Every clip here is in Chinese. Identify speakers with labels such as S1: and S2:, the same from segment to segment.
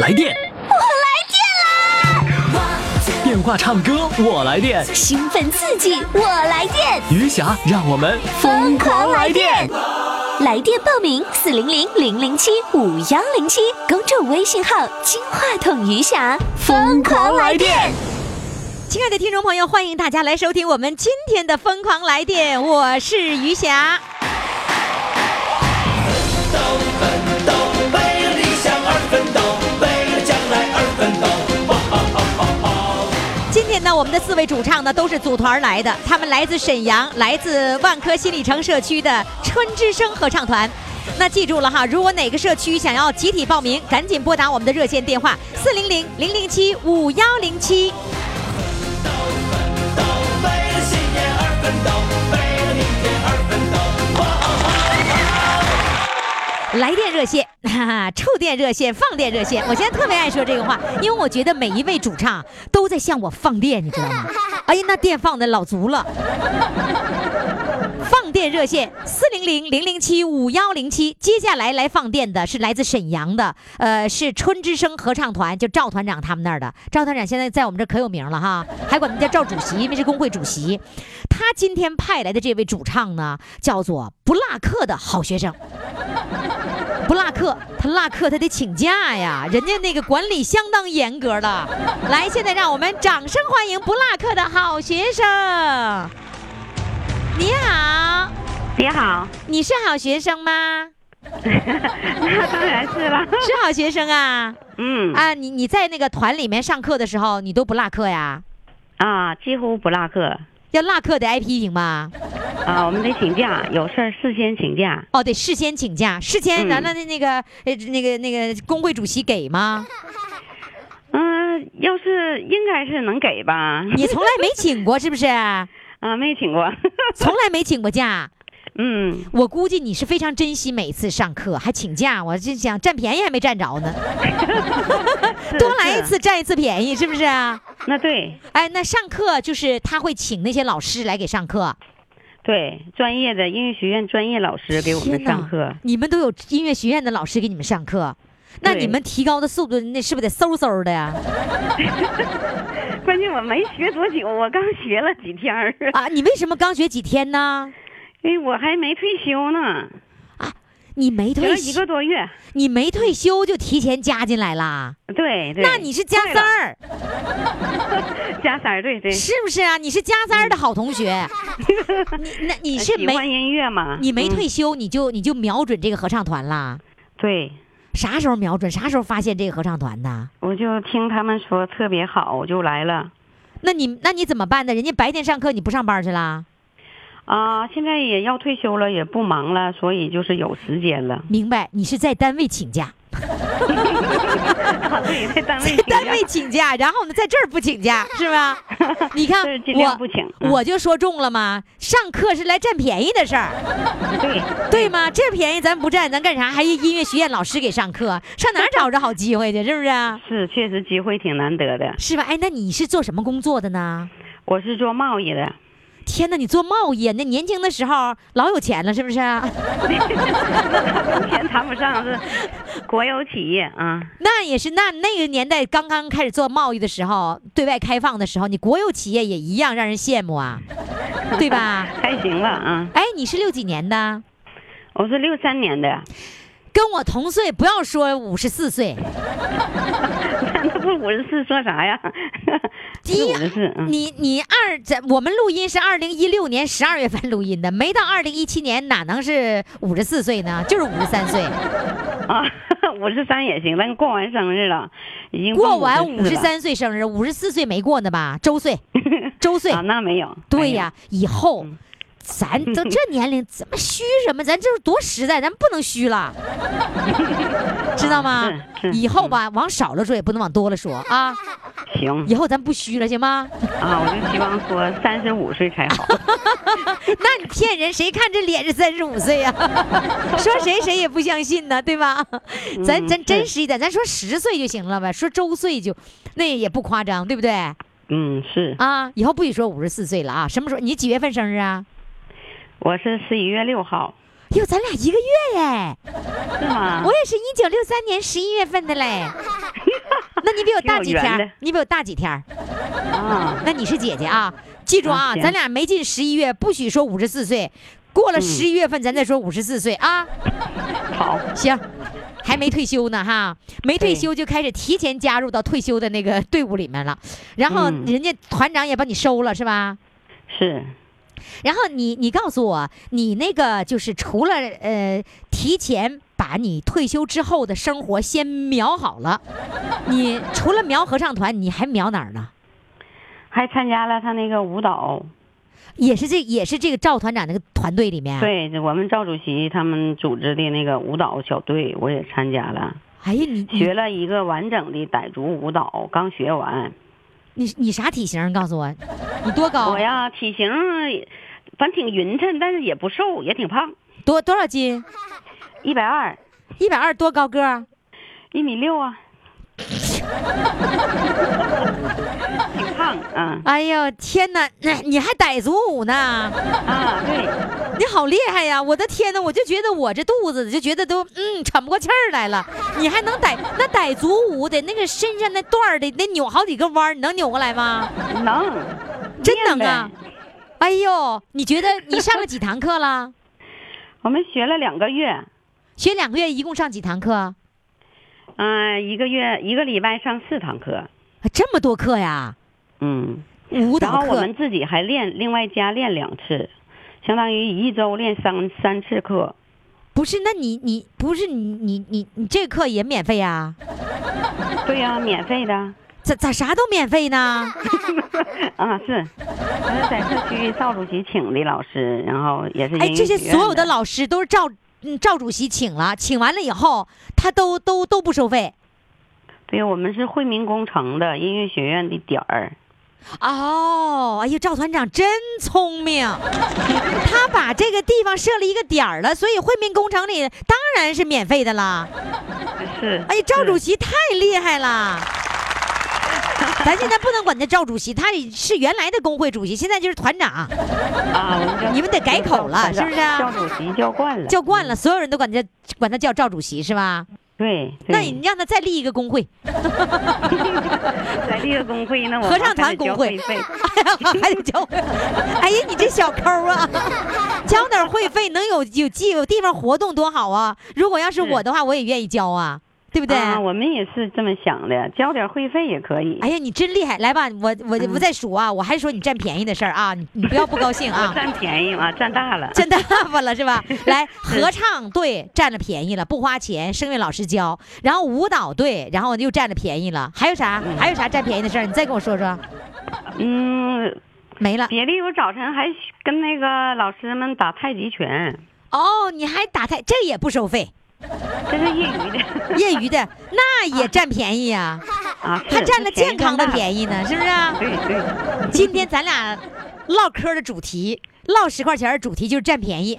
S1: 来电，电话唱歌我来电，
S2: 兴奋刺激，我来电，
S1: 余霞让我们
S2: 疯狂来电！来电报名：四零零零零七五幺零七，公众微信号“金话筒余霞”，疯狂来电！
S3: 亲爱的听众朋友，欢迎大家来收听我们今天的《疯狂来电》，我是余霞。
S4: 奋斗，为了理想而奋斗，为了将来而奋斗。
S3: 今天呢，我们的四位主唱呢都是组团来的，他们来自沈阳，来自万科新里程社区的春之声合唱团。那记住了哈，如果哪个社区想要集体报名，赶紧拨打我们的热线电话四零零零零七五幺零七。来电热线， 哈、哈，触电热线，放电热线。我现在特别爱说这个话，因为我觉得每一位主唱都在向我放电，你知道吗？哎呀，那电放的老足了。 放电热线四零零零零七五幺零七。接下来来放电的是来自沈阳的，呃，是春之声合唱团，就赵团长他们那儿的。赵团长现在在我们这儿可有名了哈，还管他们叫赵主席，因为是工会主席。他今天派来的这位主唱呢，叫做不落课的好学生。不落课，他落课他得请假呀，人家那个管理相当严格的。来，现在让我们掌声欢迎不落课的好学生。你好，
S5: 你好，
S3: 你是好学生吗？
S5: 那当然是了。
S3: 是好学生啊！
S5: 嗯
S3: 啊，你你在那个团里面上课的时候，你都不落课呀？
S5: 啊，几乎不落课
S3: 要落课得挨批评吧？
S5: 啊，我们得请假，有事儿事先请假。
S3: 哦，得事先请假，事先
S5: 嗯
S3: 咱们的那个、呃那个那个工会主席给吗？
S5: 嗯、要是应该是能给吧？
S3: 你从来没请过是不是？
S5: 啊，没请过。
S3: 从来没请过假。
S5: 嗯，
S3: 我估计你是非常珍惜每一次上课，还请假，我就想占便宜还没占着呢，
S5: 是
S3: 多来一
S5: 是
S3: 次占一次便宜，是不是啊？
S5: 那对
S3: 哎，那上课就是他会请那些老师来给上课。
S5: 对，专业的英语学院专业老师给我们
S3: 天哪
S5: 上课。
S3: 你们都有音乐学院的老师给你们上课，那
S5: 对
S3: 你们提高的速度那是不是得嗖嗖的呀？
S5: 关键我没学多久，我刚学了几天 儿，
S3: 啊，你为什么刚学几天呢？
S5: 因为哎我还没退休呢，
S3: 你没
S5: 学了
S3: 退
S5: 一
S3: 休
S5: 个，多月。
S3: 你没退休就提前加进来啦？
S5: 对对，
S3: 那你是加
S5: 快
S3: 三儿，
S5: 加三儿，对对。
S3: 是不是啊？你是加三儿的好同学。你那 你是
S5: 嗯喜欢
S3: 没
S5: 音乐吗？
S3: 你没
S5: 嗯
S3: 退休，你就你就瞄准这个合唱团啦？
S5: 对。
S3: 啥时候瞄准？啥时候发现这个合唱团的？
S5: 我就听他们说特别好，我就来了。
S3: 那你那你怎么办呢？人家白天上课，你不上班去啦？。
S5: 啊，现在也要退休了，也不忙了，所以就是有时间了
S3: 明白，你是在单位请假。
S5: 啊对，在单位
S3: 在
S5: 请假
S3: 单位请假，然后呢，在这儿不请 假，是吧？你看
S5: 这是尽量
S3: 我
S5: 不请嗯
S3: 啊我就说中了吗？上课是来占便宜的事 儿，
S5: 嗯对，
S3: 对吗？这便宜咱不占，咱干啥？还音乐学院老师给上课，上哪儿找着好机会去？是不是啊？
S5: 是确实机会挺难得的。
S3: 是吧？哎，那你是做什么工作的呢？
S5: 我是做贸易的，
S3: 天哪，你做贸易啊，那年轻的时候老有钱了，是不是 啊？
S5: 跟钱谈不上，是国有企业啊。
S3: 那也是，那那个年代刚刚开始做贸易的时候，对外开放的时候，你国有企业也一样让人羡慕 啊，对吧？
S5: 还行吧啊，
S3: 哎，你是六几年的？
S5: 我是六三年的，
S3: 跟我同岁，不要说五十四岁，
S5: 那不五十四说啥呀？
S3: 第一
S5: 五十四，嗯，
S3: 你你二在我们录音是二零一六年十二月份录音的，没到二零一七年哪能是五十四岁呢？就是五十三岁，
S5: 啊，五十三也行，但过完生日了，已经
S3: 过完
S5: 五
S3: 五十三岁生日，五十四岁没过呢吧？周岁，周岁
S5: 啊，，那没有，
S3: 对
S5: 没有
S3: 呀，以后。
S5: 嗯
S3: 咱 都这年龄，怎么虚什么？咱就是多实在，咱不能虚了， 知道吗
S5: 啊？是是
S3: 以后吧，往少了说也不能往多了说 啊。
S5: 行
S3: 以后咱不虚了，行吗？
S5: 啊，我就希望说三十五岁才好。
S3: 那你骗人，谁看这脸是三十五岁 呀、说谁谁也不相信呢，对吧？
S5: 嗯
S3: 咱咱真实一点，咱说十岁就行了呗，说周岁就那也不夸张，对不对？
S5: 嗯，是，
S3: 啊，以后不许说五十四岁了啊！什么时候？你几月份生日啊？
S5: 我是十一月六号，
S3: 哟，咱俩一个月耶！
S5: 是吗
S6: 啊
S3: 我？也是一九六三年十一月份的嘞。你比我大几天
S6: 挺有缘
S3: 儿
S6: 的，
S3: 你比我大几天儿，
S6: 啊，
S3: 那你是姐姐啊，记住啊，
S6: 嗯行嗯
S3: 咱俩没进十一月，不许说五十四岁，过了十一月份咱再说五十四岁啊。
S6: 好，
S3: 行，还没退休呢哈，没退休就开始提前加入到退休的那个队伍里面了。然后
S6: 嗯
S3: 人家团长也把你收了是吧？
S6: 是
S3: 然后你你告诉我，你那个就是除了呃提前把你退休之后的生活先描好了，你除了描合唱团，你还描哪儿呢？
S6: 还参加了他那个舞蹈，
S3: 也是这也是这个赵团长那个团队里面。。啊
S6: 对我们赵主席他们组织的那个舞蹈小队，我也参加了，
S3: 哎呀，你
S6: 学了一个完整的傣族舞蹈，刚学完。
S3: 你你你啥体型？告诉我，你多高
S6: 我？呀，体型反正挺匀称，但是也不瘦，也挺胖，
S3: 多多少斤？
S6: 一百二，
S3: 一百二多高个儿？
S6: 一米六啊，挺胖，嗯
S3: 哎呦天哪，你还傣族舞呢？
S6: 啊，对，
S3: 你好厉害呀！我的天哪，我就觉得我这肚子就觉得都嗯喘不过气儿来了。你还能傣那傣族舞的那个身上那段儿的那扭好几个弯儿，你能扭过来吗？
S6: 能，
S3: 真
S6: 练
S3: 能啊
S6: 呗！
S3: 哎呦，你觉得你上了几堂课了？
S6: 我们学了两个月，
S3: 学两个月一共上几堂课？
S6: 嗯、一个月一个礼拜上四堂课，
S3: 这么多课呀？
S6: 嗯，
S3: 舞
S6: 然
S3: 蹈
S6: 后我
S3: 课
S6: 们自己还练，另外加练两次，相当于一周练三三次课，
S3: 不是？那你你不是你你你你这课也免费呀、
S6: 对呀、免费的，
S3: 咋咋啥都免费呢？
S6: 啊是，我是在社区赵主席请的老师，然后也是
S3: 哎，
S6: 英语
S3: 这些
S6: 学
S3: 所
S6: 院
S3: 有的老师都是赵嗯赵主席请了，请完了以后，他都都都不收费
S6: 对，我们是惠民工程的音乐学院的点儿。
S3: 哦。哎呦，赵团长真聪明，他把这个地方设了一个点儿了，所以惠民工程里当然是免费的啦。
S6: 是，
S3: 哎呀，赵主席太厉害了！咱现在不能管他赵主席，他是原来的工会主席，现在就是团长，
S6: 啊，我们叫
S3: 你们得改口了，是不是啊？
S6: 叫主席叫惯了，
S3: 叫惯了，所有人都管他管他叫赵主席是吧？
S6: 对。
S3: 那
S6: 对
S3: 你让他再立一个工会，
S6: 在这个工会呢，我
S3: 合唱团
S6: 嗯还得
S3: 工
S6: 交
S3: 会
S6: 会费，
S3: 哎呀，还得交会。哎呀，你这小抠 啊，交点会费能有有地有地方活动多好啊！如果要是我的话，我也愿意交啊，对 不对？
S6: 嗯啊，我们也是这么想的，交点会费也可以。
S3: 哎呀，你真厉害！来吧，我我我再数
S6: 嗯
S3: 啊，我还说你占便宜的事儿啊，你你不要不高兴
S6: 我
S3: 啊。
S6: 占便宜嘛，占大了。
S3: 占大发了是吧？来，合唱队占了便宜了，不花钱，声乐老师教。然后舞蹈队，然后又占了便宜了。还有啥？还有啥占便宜的事儿？你再跟我说说。
S6: 嗯，
S3: 没了。
S6: 别的我早晨还跟那个老师们打太极拳，
S3: 哦，你还打太，这也不收费。
S6: 这是业余的
S3: 业余的那也占便宜呀、
S6: 啊，是
S3: 他占了健康的
S6: 宜。
S3: 便宜呢，是不是、啊？
S6: 对对，
S3: 今天咱俩唠嗑的主题，唠十块钱的主题就是占便宜，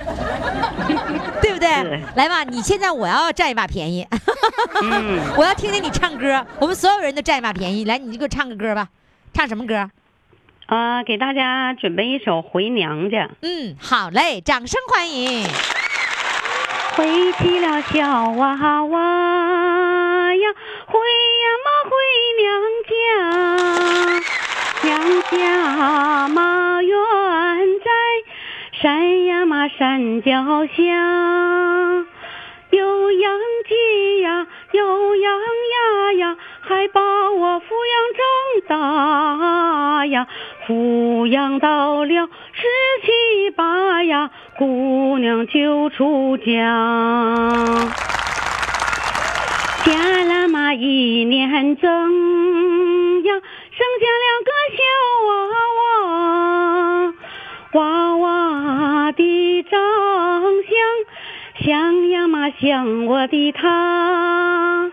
S3: 对不对
S6: 是？
S3: 来吧，你现在我要占一把便宜，
S6: 嗯，
S3: 我要听听你唱歌，我们所有人都占一把便宜。来，你就给我唱个歌吧，唱什么歌？
S6: 啊，给大家准备一首《回娘家》。
S3: 嗯，好嘞，掌声欢迎。
S6: 回起了小娃娃呀，回呀嘛回娘家，娘家嘛远在山呀嘛山脚下，有养鸡呀，有养鸭呀，还把我抚养长大呀，抚养到了十七八呀，姑娘就出家。嫁了嘛一年整呀，生下两个小娃娃，娃娃的长相像呀嘛像我的他，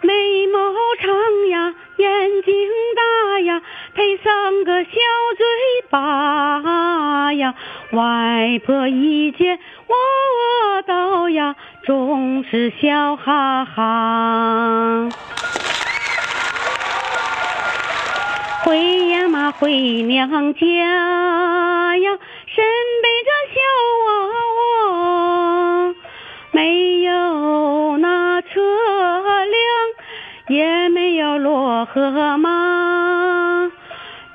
S6: 眉毛长呀，眼睛大呀，配上个小嘴巴呀，外婆一见我到呀，总是笑哈哈。回呀嘛回娘家呀，身背着小娃娃，没有那车辆，也
S5: 也没有漯河吗？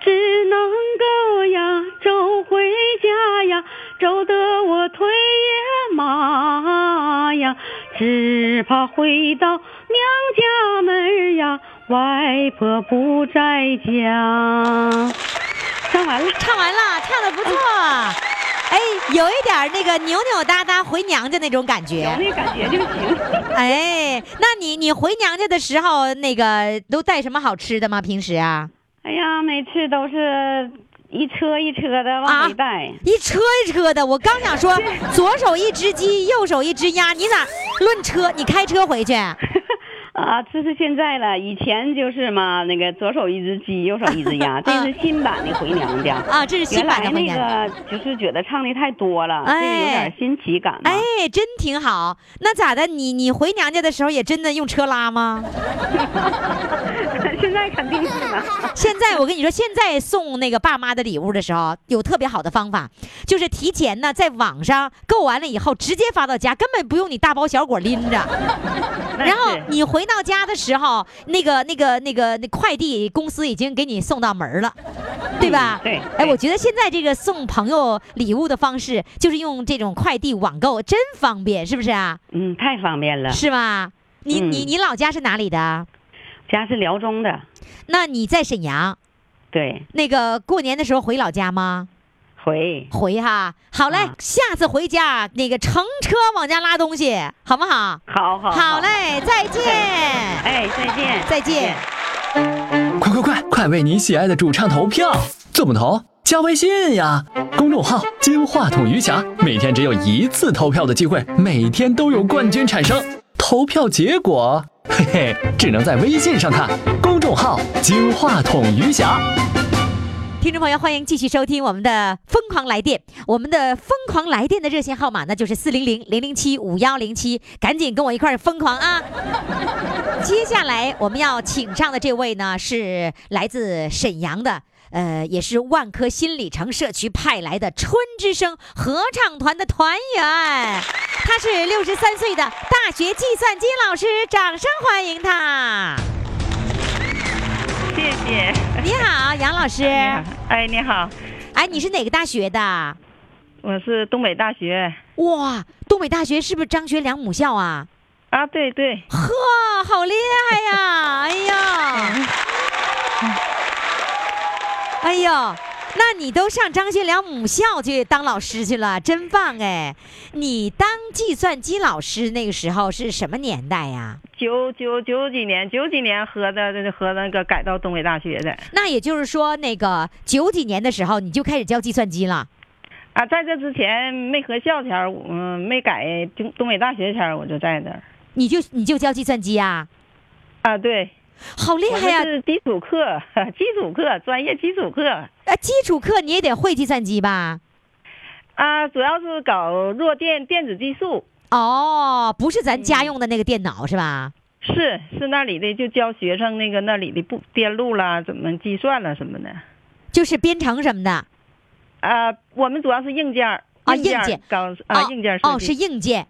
S5: 只能够呀，走回家呀，走得我腿也麻呀，只怕回到娘家门呀，外婆不在家。唱完了。
S3: 唱完了，唱的不错。哎，有一点儿那个扭扭哒哒回娘家那种感觉。
S5: 那感觉就行。
S3: 哎，那你你回娘家的时候，那个都带什么好吃的吗？平时啊，
S5: 哎呀，每次都是一车一车的往回带。
S3: 一车一车的。我刚想 说，左手一只鸡，右手一只鸭，你咋论车？你开车回去？
S5: 啊，这是现在了，以前就是嘛，那个左手一只鸡，右手一只鸭，这是新版的回娘家。
S3: 啊，这是新
S5: 原
S3: 版的
S5: 来
S3: 回
S5: 那
S3: 娘家。
S5: 个就是觉得唱的太多了，这个有
S3: 哎
S5: 点新奇感嘛。
S3: 哎，真挺好。那咋的？你你回娘家的时候也真的用车拉吗？
S5: 现在肯定 是了。
S3: 现在我跟你说，现在送那个爸妈的礼物的时候，有特别好的方法，就是提前呢在网上购完了以后，直接发到家，根本不用你大包小裹拎着。
S5: 哎
S3: 然后你回到家的时候，那个那个那个那快递公司已经给你送到门儿了，对吧？
S5: 嗯对
S3: 哎，
S5: 对
S3: 我觉得现在这个送朋友礼物的方式，就是用这种快递网购，真方便，是不是啊？
S5: 嗯，太方便了。
S3: 是吧？你你
S5: 嗯
S3: 你老家是哪里的？
S5: 家是辽中的，
S3: 那你在沈阳，
S5: 对，
S3: 那个过年的时候回老家吗？
S5: 回
S3: 回哈，好嘞，
S5: 啊
S3: 下次回家那个乘车往家拉东西，好不好？
S5: 好好
S3: 嘞，再见，
S5: 哎，再见，
S3: 再见。
S1: 快快快，快为你喜爱的主唱投票！怎么投？加微信呀，公众号“金话筒余霞”，每天只有一次投票的机会，每天都有冠军产生。投票结果，嘿嘿，只能在微信上看。公众号“金话筒余霞”。
S3: 听众朋友，欢迎继续收听我们的《疯狂来电》。我们的《疯狂来电》的热线号码呢，就是四零零零零七五幺零七，赶紧跟我一块儿疯狂啊！接下来我们要请上的这位呢，是来自沈阳的。呃，也是万科新里程社区派来的春之声合唱团的团员，他是六十三岁的大学计算机老师，掌声欢迎他！
S7: 谢谢。
S3: 你好，杨老师。
S7: 哎，你好，
S3: 哎，你是哪个大学的？
S7: 我是东北大学
S3: 哇，东北大学是不是张学良母校啊？
S7: 啊，对对，
S3: 呵，好厉害 呀！哎呀，
S7: 嗯
S3: 哎呦，那你都上张学良母校去当老师去了，真棒哎！你当计算机老师那个时候是什么年代呀、
S7: 九九九几年，九几年合的合那个改到东北大学的
S3: 那也就是说，那个九几年的时候你就开始教计算机了。
S7: 啊，在这之前没合校前儿，嗯，没改东东北大学前儿，我就在这儿
S3: 你就你就教计算机啊，
S7: 啊，对，
S3: 好厉
S7: 我
S3: 害呀
S7: 们！是基础课，基础课，专业基础课
S3: 啊，基础课你也得会计算机吧？
S7: 啊，主要是搞弱电电子技术，
S3: 哦，不是咱
S7: 嗯
S3: 家用的那个电脑、是吧？
S7: 是是那里的就教学生那个那里的不电路啦，怎么计算啦什么的。
S3: 就是编程什么的
S7: 啊，我们主要是硬件儿
S3: 啊
S7: 硬件
S3: 硬
S7: 儿
S3: 件
S7: 搞啊
S3: 哦
S7: 硬件儿
S3: 哦，
S7: 设
S3: 是
S7: 计
S3: 硬件。
S7: 嗯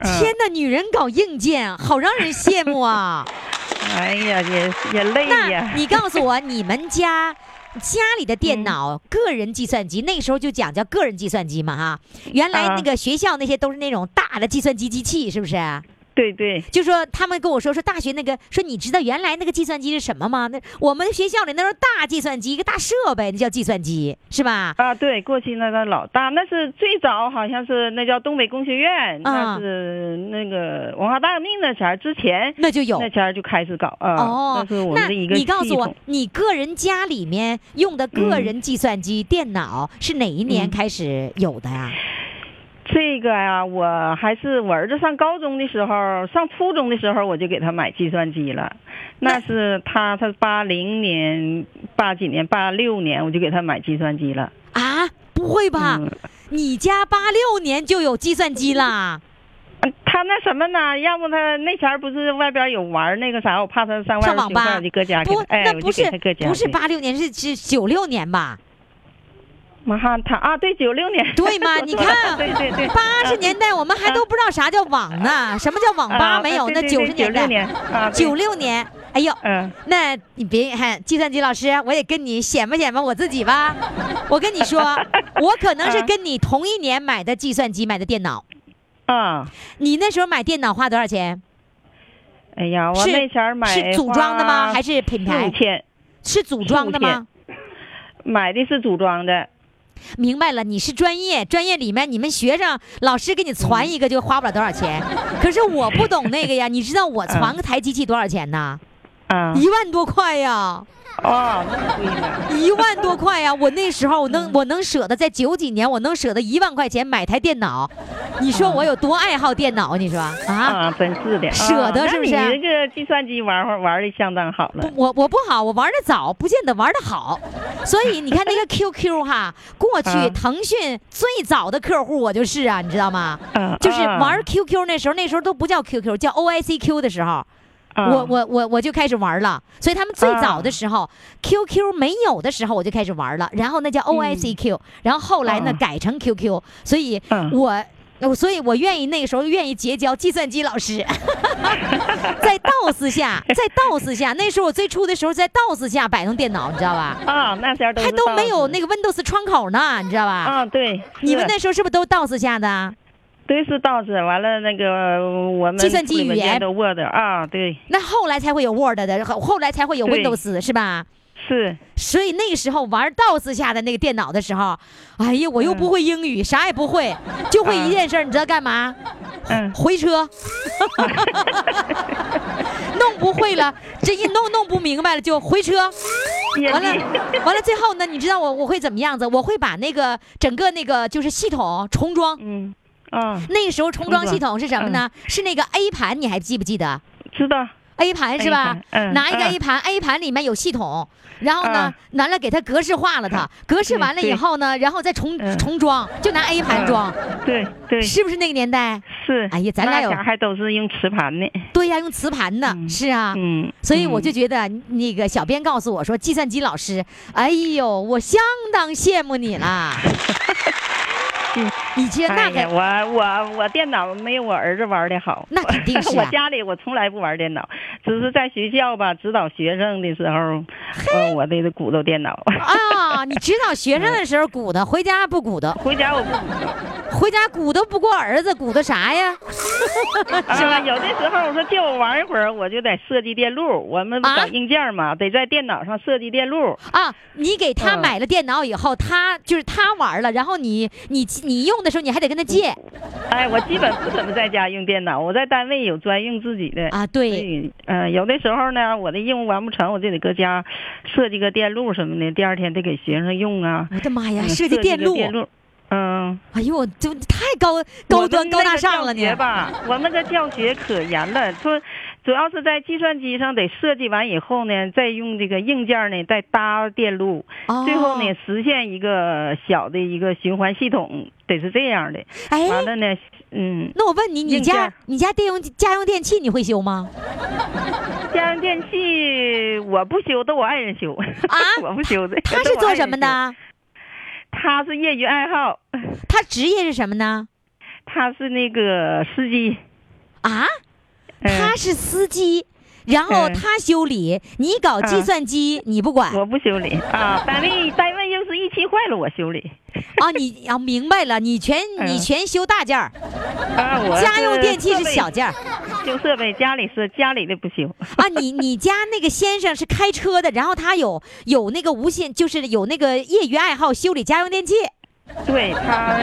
S3: 天哪，女人搞硬件，好让人羡慕 啊！
S7: 哎呀，也也累
S3: 那
S7: 哎呀。嗯
S3: 你告诉我，你们家家里的电脑、个人计算机，那时候就讲叫个人计算机嘛哈。原来
S7: 啊
S3: 那个学校那些都是那种大的计算机机器，是不是？啊
S7: 对对，
S3: 就说他们跟我说说大学那个说你知道原来那个计算机是什么吗？那我们学校里那时候大计算机一个大设备，那叫计算机是吧？
S7: 啊对，过去那个老大，那是最早好像是那叫东北工学院，
S3: 啊
S7: 那是那个文化大革命那前儿之前，
S3: 那就有
S7: 那前儿就开始搞啊。
S3: 哦
S7: 那，是我们
S3: 那
S7: 的一个
S3: 你
S7: 系
S3: 告诉我
S7: 统。，
S3: 你个人家里面用的个
S7: 嗯
S3: 人计算机、电脑是哪一年
S7: 嗯
S3: 开始有的呀？
S7: 这个呀、我还是我儿子上高中的时候，上初中的时候我就给他买计算机了。那是他，他八零年、八几年、八六年，我就给他买计算机了。
S3: 啊，不会吧？
S7: 嗯
S3: 你家八六年就有计算机啦？
S7: 嗯他那什么呢？要不他那前儿不是外边有玩那个啥，我怕他上外
S3: 上
S7: 边
S3: 网
S7: 寻话
S3: 吧
S7: 我就搁家给
S3: 不
S7: 他，，哎，
S3: 那
S7: 我
S3: 不
S7: 就给
S3: 是
S7: 他搁家。
S3: 不是
S7: 对？
S3: 八六年，是是九六年吧？
S7: 妈哈，他啊，对，九六年。
S3: 对吗
S7: 我
S3: 你
S7: 说
S3: 看
S7: 对对对，
S3: 八十年代我们
S7: 啊
S3: 还都不知道啥叫网呢，什么叫网吧没有？那九
S7: 九
S3: 十年代，
S7: 年啊，对
S3: 九六年，哎哎呦，
S7: 嗯，
S3: 那你别看计算机老师，我也跟你显摆显摆我自己吧。我跟你说，我可能
S7: 嗯
S3: 是跟你同一年买的计算机，买的电脑。
S7: 啊，
S3: 你那时候买电脑花多少钱？
S7: 哎呀，我
S3: 是
S7: 那前儿买
S3: 是组装的吗？还
S7: 是
S3: 是品牌
S7: 五？千？
S3: 是组装的吗？
S7: 买的是组装的，
S3: 明白了，你是专业，专业里面你们学生老师给你
S7: 嗯
S3: 传一个就花不了多少钱。可是我不懂那个呀，你知道我传个台机器多少钱呢？
S7: 啊，
S3: 一万多块呀，
S7: 哦，那贵呢，
S3: 一万多块呀！我那时候我
S7: 嗯
S3: 能我能舍得在九几年我能舍得一万块钱买台电脑，你说我有多爱好电脑？你说啊？
S7: 啊，真是的，啊
S3: 舍得是不是
S7: 那你这个计算机玩会儿玩的相当好了
S3: 不，我我不好，我玩的早，不见得玩的好。所以你看那个 QQ 哈，过去
S7: 啊
S3: 腾讯最早的客户我就是啊，你知道吗？
S7: 啊
S3: 就是
S7: 啊
S3: 玩 QQ 那时候，那时候都不叫 QQ，叫 OICQ 的时候，
S7: 啊
S3: 我我我我就开始玩了。所以他们最
S7: 啊
S3: 早的时候、q q 没有的时候，我就开始玩了。然后那叫
S7: 嗯
S3: OICQ，、然后后来呢、
S7: 啊
S3: 改成 QQ，所以
S7: 啊
S3: 我。我所以，我愿意那个时候愿意结交计算机老师， 在 DOS 下，在 DOS 下，那时候我最初的时候在 DOS 下摆弄电脑，你知道吧？
S7: 啊，那前儿都
S3: 还都没有那
S7: 个
S3: 个 Windows 窗口呢，你知道吧？
S7: 啊，对，
S3: 你们
S7: 是
S3: 那时候是不是都 DOS 下的啊？
S7: 对是道士，完了那个我们
S3: 计算机语言
S7: 处理文件都 Word 啊，对，
S3: 那后来才会有 Word 的，后后来才会有
S7: 对
S3: Windows 是吧？
S7: 是
S3: 所以那个时候玩 DOS 下的那个电脑的时候，哎呀，我又
S7: 嗯
S3: 不会英语，啥也不会，就会一件事儿，你知道干嘛？
S7: 嗯
S3: 回 车，弄不会了，这一弄弄不明白了就回车，
S7: 也
S3: 完
S7: 是
S3: 了完了，最后呢，你知道我我会怎么样子？我会把那个整个那个就是系统重装。
S7: 嗯啊，
S3: 那个时候重装
S7: 重装嗯
S3: 系统是什么呢？是那个 A 盘，你还记不记得？
S7: 知道
S3: A 盘是吧
S7: A 盘？嗯
S3: 拿一个
S7: 嗯
S3: A 盘、a 盘里面有系统，然后呢
S7: 嗯，
S3: 完了给它格式化了它，格式完了以后呢，然后再重
S7: 嗯
S3: 重装，就拿 A 盘装，
S7: 对对嗯
S3: 是不是那个年代？
S7: 是，
S3: 哎呀咱俩有
S7: 那前儿还都是用磁盘呢，
S3: 对呀，用磁盘呢，是啊。
S7: 嗯，
S3: 所以我
S7: 嗯
S3: 就觉得那个小编告诉我说，计算机老师，哎呦，我相当羡慕你 啦。你这那
S7: 哎
S3: 个
S7: 呀，我我我电脑没有我儿子玩的好。
S3: 那肯定是
S7: 我
S3: 啊
S7: 家里我从来不玩电脑，只是在学校吧指导学生的时候，呃，我得鼓捣 电脑。
S3: 啊，你指导学生的时候鼓捣，回家不鼓捣，
S7: 回家我不鼓捣，
S3: 回家鼓捣不过儿子，鼓捣啥呀？
S7: 啊，有的时候我说借我玩一会儿，我就得设计电路。我们不
S3: 啊
S7: 搞硬件嘛，得在电脑上设计电路。
S3: 啊，你给他
S7: 嗯
S3: 买了电脑以后，他就是他玩了，然后你你你用的时候，你还得跟他借
S7: 哎，我基本不怎么在家用电脑，我在单位有专用自己的。
S3: 啊。
S7: 所
S3: 对，
S7: 以，呃，有的时候呢，我的任务完不成，我就得搁家设计个电路什么的，第二天得给学生用啊。
S3: 我的妈呀，
S7: 嗯
S3: 设计电路，
S7: 电路，嗯，
S3: 哎呦，这太高高端高大上了哦
S7: 我们那个教学
S3: 呢。
S7: 吧， 我们这教学可严了，说主要是在计算机上得设计完以后呢，再用这个硬件呢再搭电路，
S3: 哦
S7: 最后呢，实现一个小的一个循环系统，得是这样的。
S3: 哎，
S7: 完了呢，嗯，
S3: 那我问你，你
S7: 硬件
S3: 家你家电用家用电器你会修吗？
S7: 家用电器我不修，都我爱人修。啊 我不修的。
S3: 他
S7: 都
S3: 是
S7: 我爱
S3: 做
S7: 人
S3: 什么
S7: 修？
S3: 的？
S7: 他是业余爱好，
S3: 他职业是什么呢？
S7: 他是那个司机。
S3: 啊，
S7: 嗯、
S3: 他是司机，然后
S7: 嗯
S3: 他修理，你搞计
S7: 啊
S3: 算机，你不管。
S7: 我不修理啊，单位单位要是一气坏了，我修理。
S3: 啊，你啊，明白了，你全你
S7: 嗯
S3: 全修大件儿，
S7: 啊，我
S3: 家用电器是
S7: 设备
S3: 小件 儿。
S7: 修设备，家里是家里的不修。
S3: 啊，你你家那个先生是开车的，然后他有有那个无线，就是有那个业余爱好修理家用电器。
S7: 对他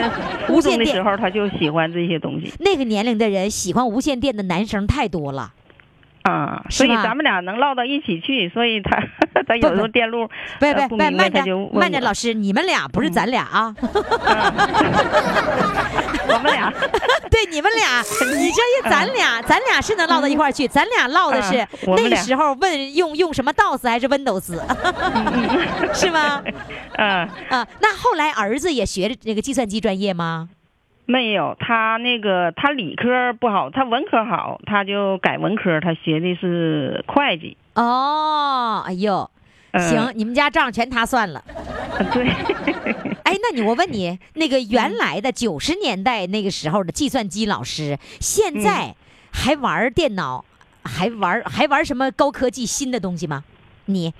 S3: 无
S7: 初
S3: 线
S7: 中的
S3: 电
S7: 时候他就喜欢这些东西
S3: 那个年龄的人喜欢无线电的男生太多了。
S7: 啊，
S3: 是
S7: 所以
S3: 吧
S7: 咱们俩能唠到一起去，所 以他他有时候电路
S3: 喂
S7: 呃
S3: 喂
S7: 不
S3: 喂，
S7: 明白
S3: 慢
S7: 他
S3: 点
S7: 就问
S3: 慢点，
S7: 我嗯
S3: 老师，你们俩不是咱俩啊？
S7: 啊 我们俩
S3: 对，你们 俩，你这一咱俩，咱俩是能唠到一块儿去，咱俩唠的是
S7: 嗯我们
S3: 那
S7: 俩嗯
S3: 时候问用用什么 DOS 还是 Windows，是 吗？
S7: 啊
S3: 啊，那后来儿子也学这个计算机专业吗？
S7: 没有他那个他理科不好，他文科好，他就改文科，他学的是会计。
S3: 哦，哎呦，
S7: 嗯
S5: 呃
S3: 行，，你们家账全他算了。
S7: 对，
S3: 哎，那你我问你，那个原来的九十年代那个时候的计算机老师，现在还玩电脑，还玩还玩什么高科技新的东西吗？你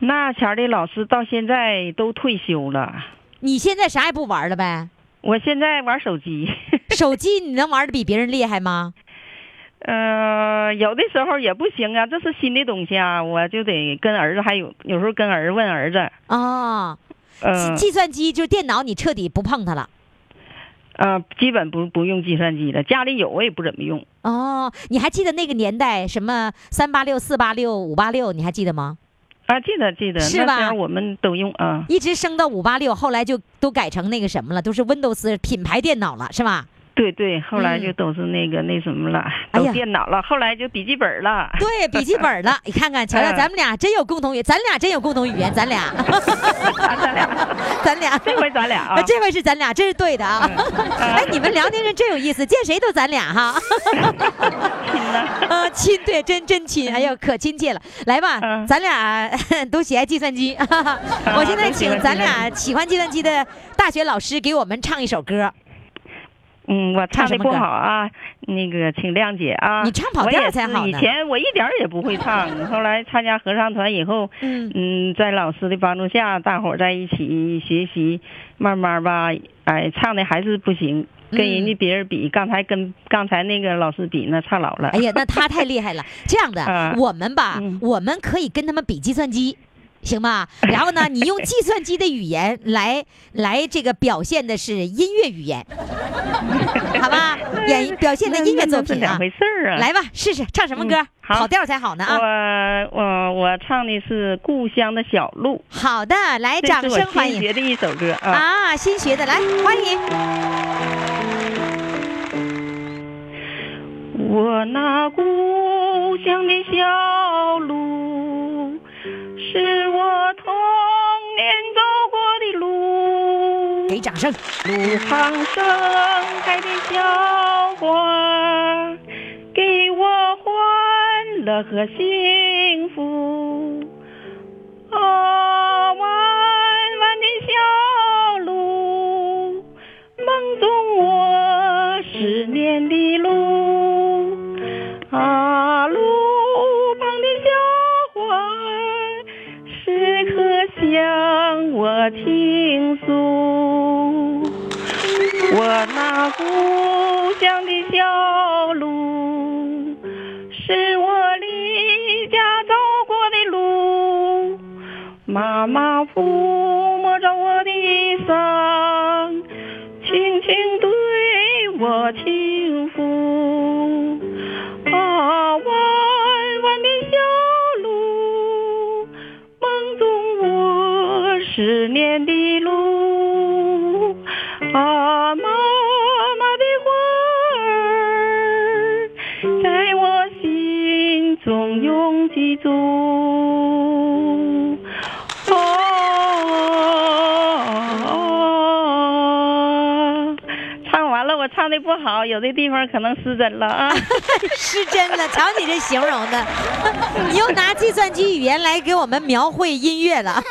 S7: 那前儿的老师到现在都退休了，
S3: 你现在啥也不玩了呗？
S7: 我现在玩手机，
S3: 手机你能玩的比别人厉害吗？
S7: 呃，有的时候也不行啊，这是新的东西啊，我就得跟儿子，还有有时候跟儿子问儿子，
S3: 啊、
S7: 呃
S5: 嗯
S3: 计计算机就是电脑，你彻底不碰它了。
S7: 呃，基本不不用计算机了，家里有我也不怎么用。
S3: 哦，你还记得那个年代什么三八六、四八六、五八六，你还记得吗？
S7: 啊，记得记得，
S3: 是吧
S7: 那时候我们都用 啊，
S3: 一直升到五八六，后来就都改成那个什么了，都是 Windows 品牌电脑了，是吧？
S7: 对对，后来
S3: 嗯
S7: 就都是那个、那什么了，
S3: 哎
S7: 都
S3: 呀
S7: 电脑了，后来就笔记本了。
S3: 对，笔记本了。你看看， 瞧瞧，
S7: 嗯
S3: 咱们俩真有共同语，咱俩真有共同语言，咱俩，
S7: 咱俩，
S3: 咱俩。
S7: 这回咱俩啊嗯
S3: 啊，，这回是咱俩，这是对的啊！哎， 你们辽宁人真有意思，见谁都咱俩哈。
S7: 亲呐，
S3: 啊，亲，对，真真亲，哎呦，可亲切了。来吧，
S7: 嗯
S3: 咱俩 都喜爱计算机。 我现在
S7: 嗯都喜
S3: 请
S7: 欢计算机
S3: 咱俩喜欢计算机的大学老师给我们唱一首歌。
S7: 嗯，我
S3: 唱
S7: 唱
S3: 什
S7: 的
S3: 么
S7: 不
S3: 歌
S7: 好啊，那个请谅解啊。
S3: 你唱跑调儿才好呢
S7: 我也是以前我一点儿也不 会唱，后来参加合唱团以后，
S3: 嗯
S7: 嗯，在老师的帮助下，大伙儿在一起学习，慢慢吧，哎，唱的还是不行，
S3: 嗯
S7: 跟人家别人比，刚才跟刚才那个老师比，那差老了。
S3: 哎呀，那他太厉害了。这样的
S7: 啊，
S3: 我们吧
S7: 嗯，
S3: 我们可以跟他们比计算机。行吧，然后呢，你用计算机的语言来来这个表现的是音乐语言，好吧？演表现的音乐作
S7: 那那那是
S3: 品
S7: 两
S3: 啊，
S7: 回事儿啊。
S3: 来吧，试试唱什么歌
S7: 嗯，好
S3: 跑调儿才好呢啊！
S7: 我我我唱的是《故乡的小路
S3: 好的，来》，
S7: 这
S3: 掌
S7: 是我
S3: 声欢
S7: 新
S3: 迎
S7: 学的一首歌啊。
S3: 啊！新学的来欢迎，
S7: 我那故乡的小路，是我童年走过的路。
S3: 给掌声。
S7: 路旁盛开的小花，给我欢乐和幸福。啊，弯弯的小路，梦中我思念的路。啊，路旁的小花，时刻向我倾诉。 我那故乡的小路，是我离家走过的路。妈妈抚摸着我的伤，轻轻对我轻抚。啊，弯弯的小路，梦中我思念的路。啊，妈妈的花儿，在我心中永记住。哦，唱完了，我唱的不好，有的地方可能失真了啊。
S3: 失真了，瞧你这形容的， 你又拿计算机语言来给我们描绘音乐了，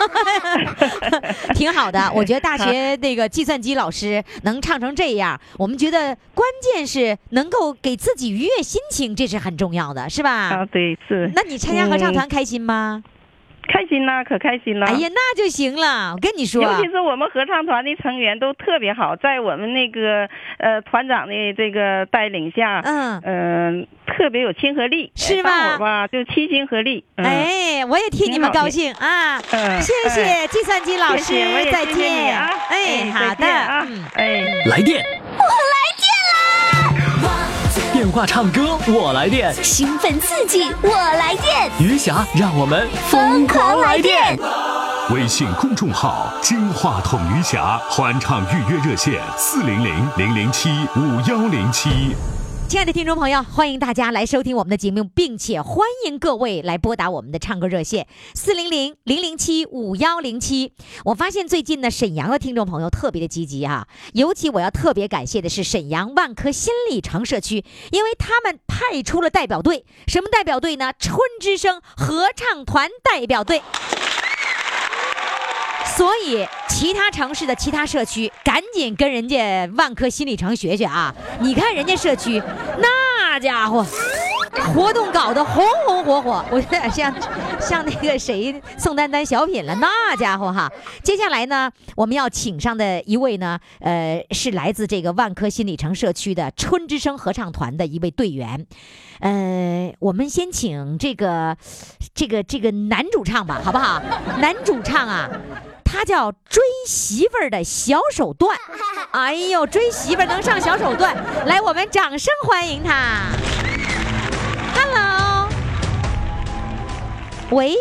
S3: 挺好的。我觉得大学那个计算机老师能唱成这样，我们觉得关键是能够给自己愉悦心情，这是很重要的，是吧？
S7: 啊，对，是
S3: 那你参加合唱团开心吗？
S7: 开心呐、可开心了。
S3: 哎呀，那就行了。我跟你说，
S7: 尤其是我们合唱团的成员都特别好，在我们那个呃团长的这个带领下，
S3: 嗯
S7: 嗯、特别有亲和力，哎
S3: 是吧
S7: 大伙儿吧就齐心合力。嗯、，
S3: 哎，我也替你们高兴啊！
S7: 嗯
S3: 谢谢计算机老师，
S7: 谢谢我也
S3: 再
S7: 谢谢你
S3: 见
S7: 啊。
S3: 哎，好
S7: 再见
S3: 的，
S7: 啊
S3: 嗯，
S7: 哎。
S1: 来电，我来电啦！电话唱歌，我来电。
S2: 兴奋刺激，我来电，
S1: 余霞，让我们
S2: 疯狂来电！
S8: 微信公众号“金话筒余霞”欢唱预约热线：四零零零零七五幺零七。
S3: 亲爱的听众朋友，欢迎大家来收听我们的节目，并且欢迎各位来拨打我们的唱歌热线四零零零零七五幺零七。我发现最近呢，沈阳的听众朋友特别的积极啊，尤其我要特别感谢的是沈阳万科新里程社区，因为他们派出了代表队，什么代表队呢？春之声合唱团代表队。所以，其他城市的其他社区赶紧跟人家万科新里程学学啊！你看人家社区，那家伙活动搞得红红火火，我有点像像那个谁宋丹丹小品了，那家伙哈。接下来呢，我们要请上的一位呢，呃，是来自这个万科新里程社区的春之声合唱团的一位队员，呃，我们先请这个这个这个男主唱吧，好不好？男主唱啊。他叫追媳妇儿的小手段，哎呦，追媳妇儿能上小手段，来，我们掌声欢迎他。Hello，喂，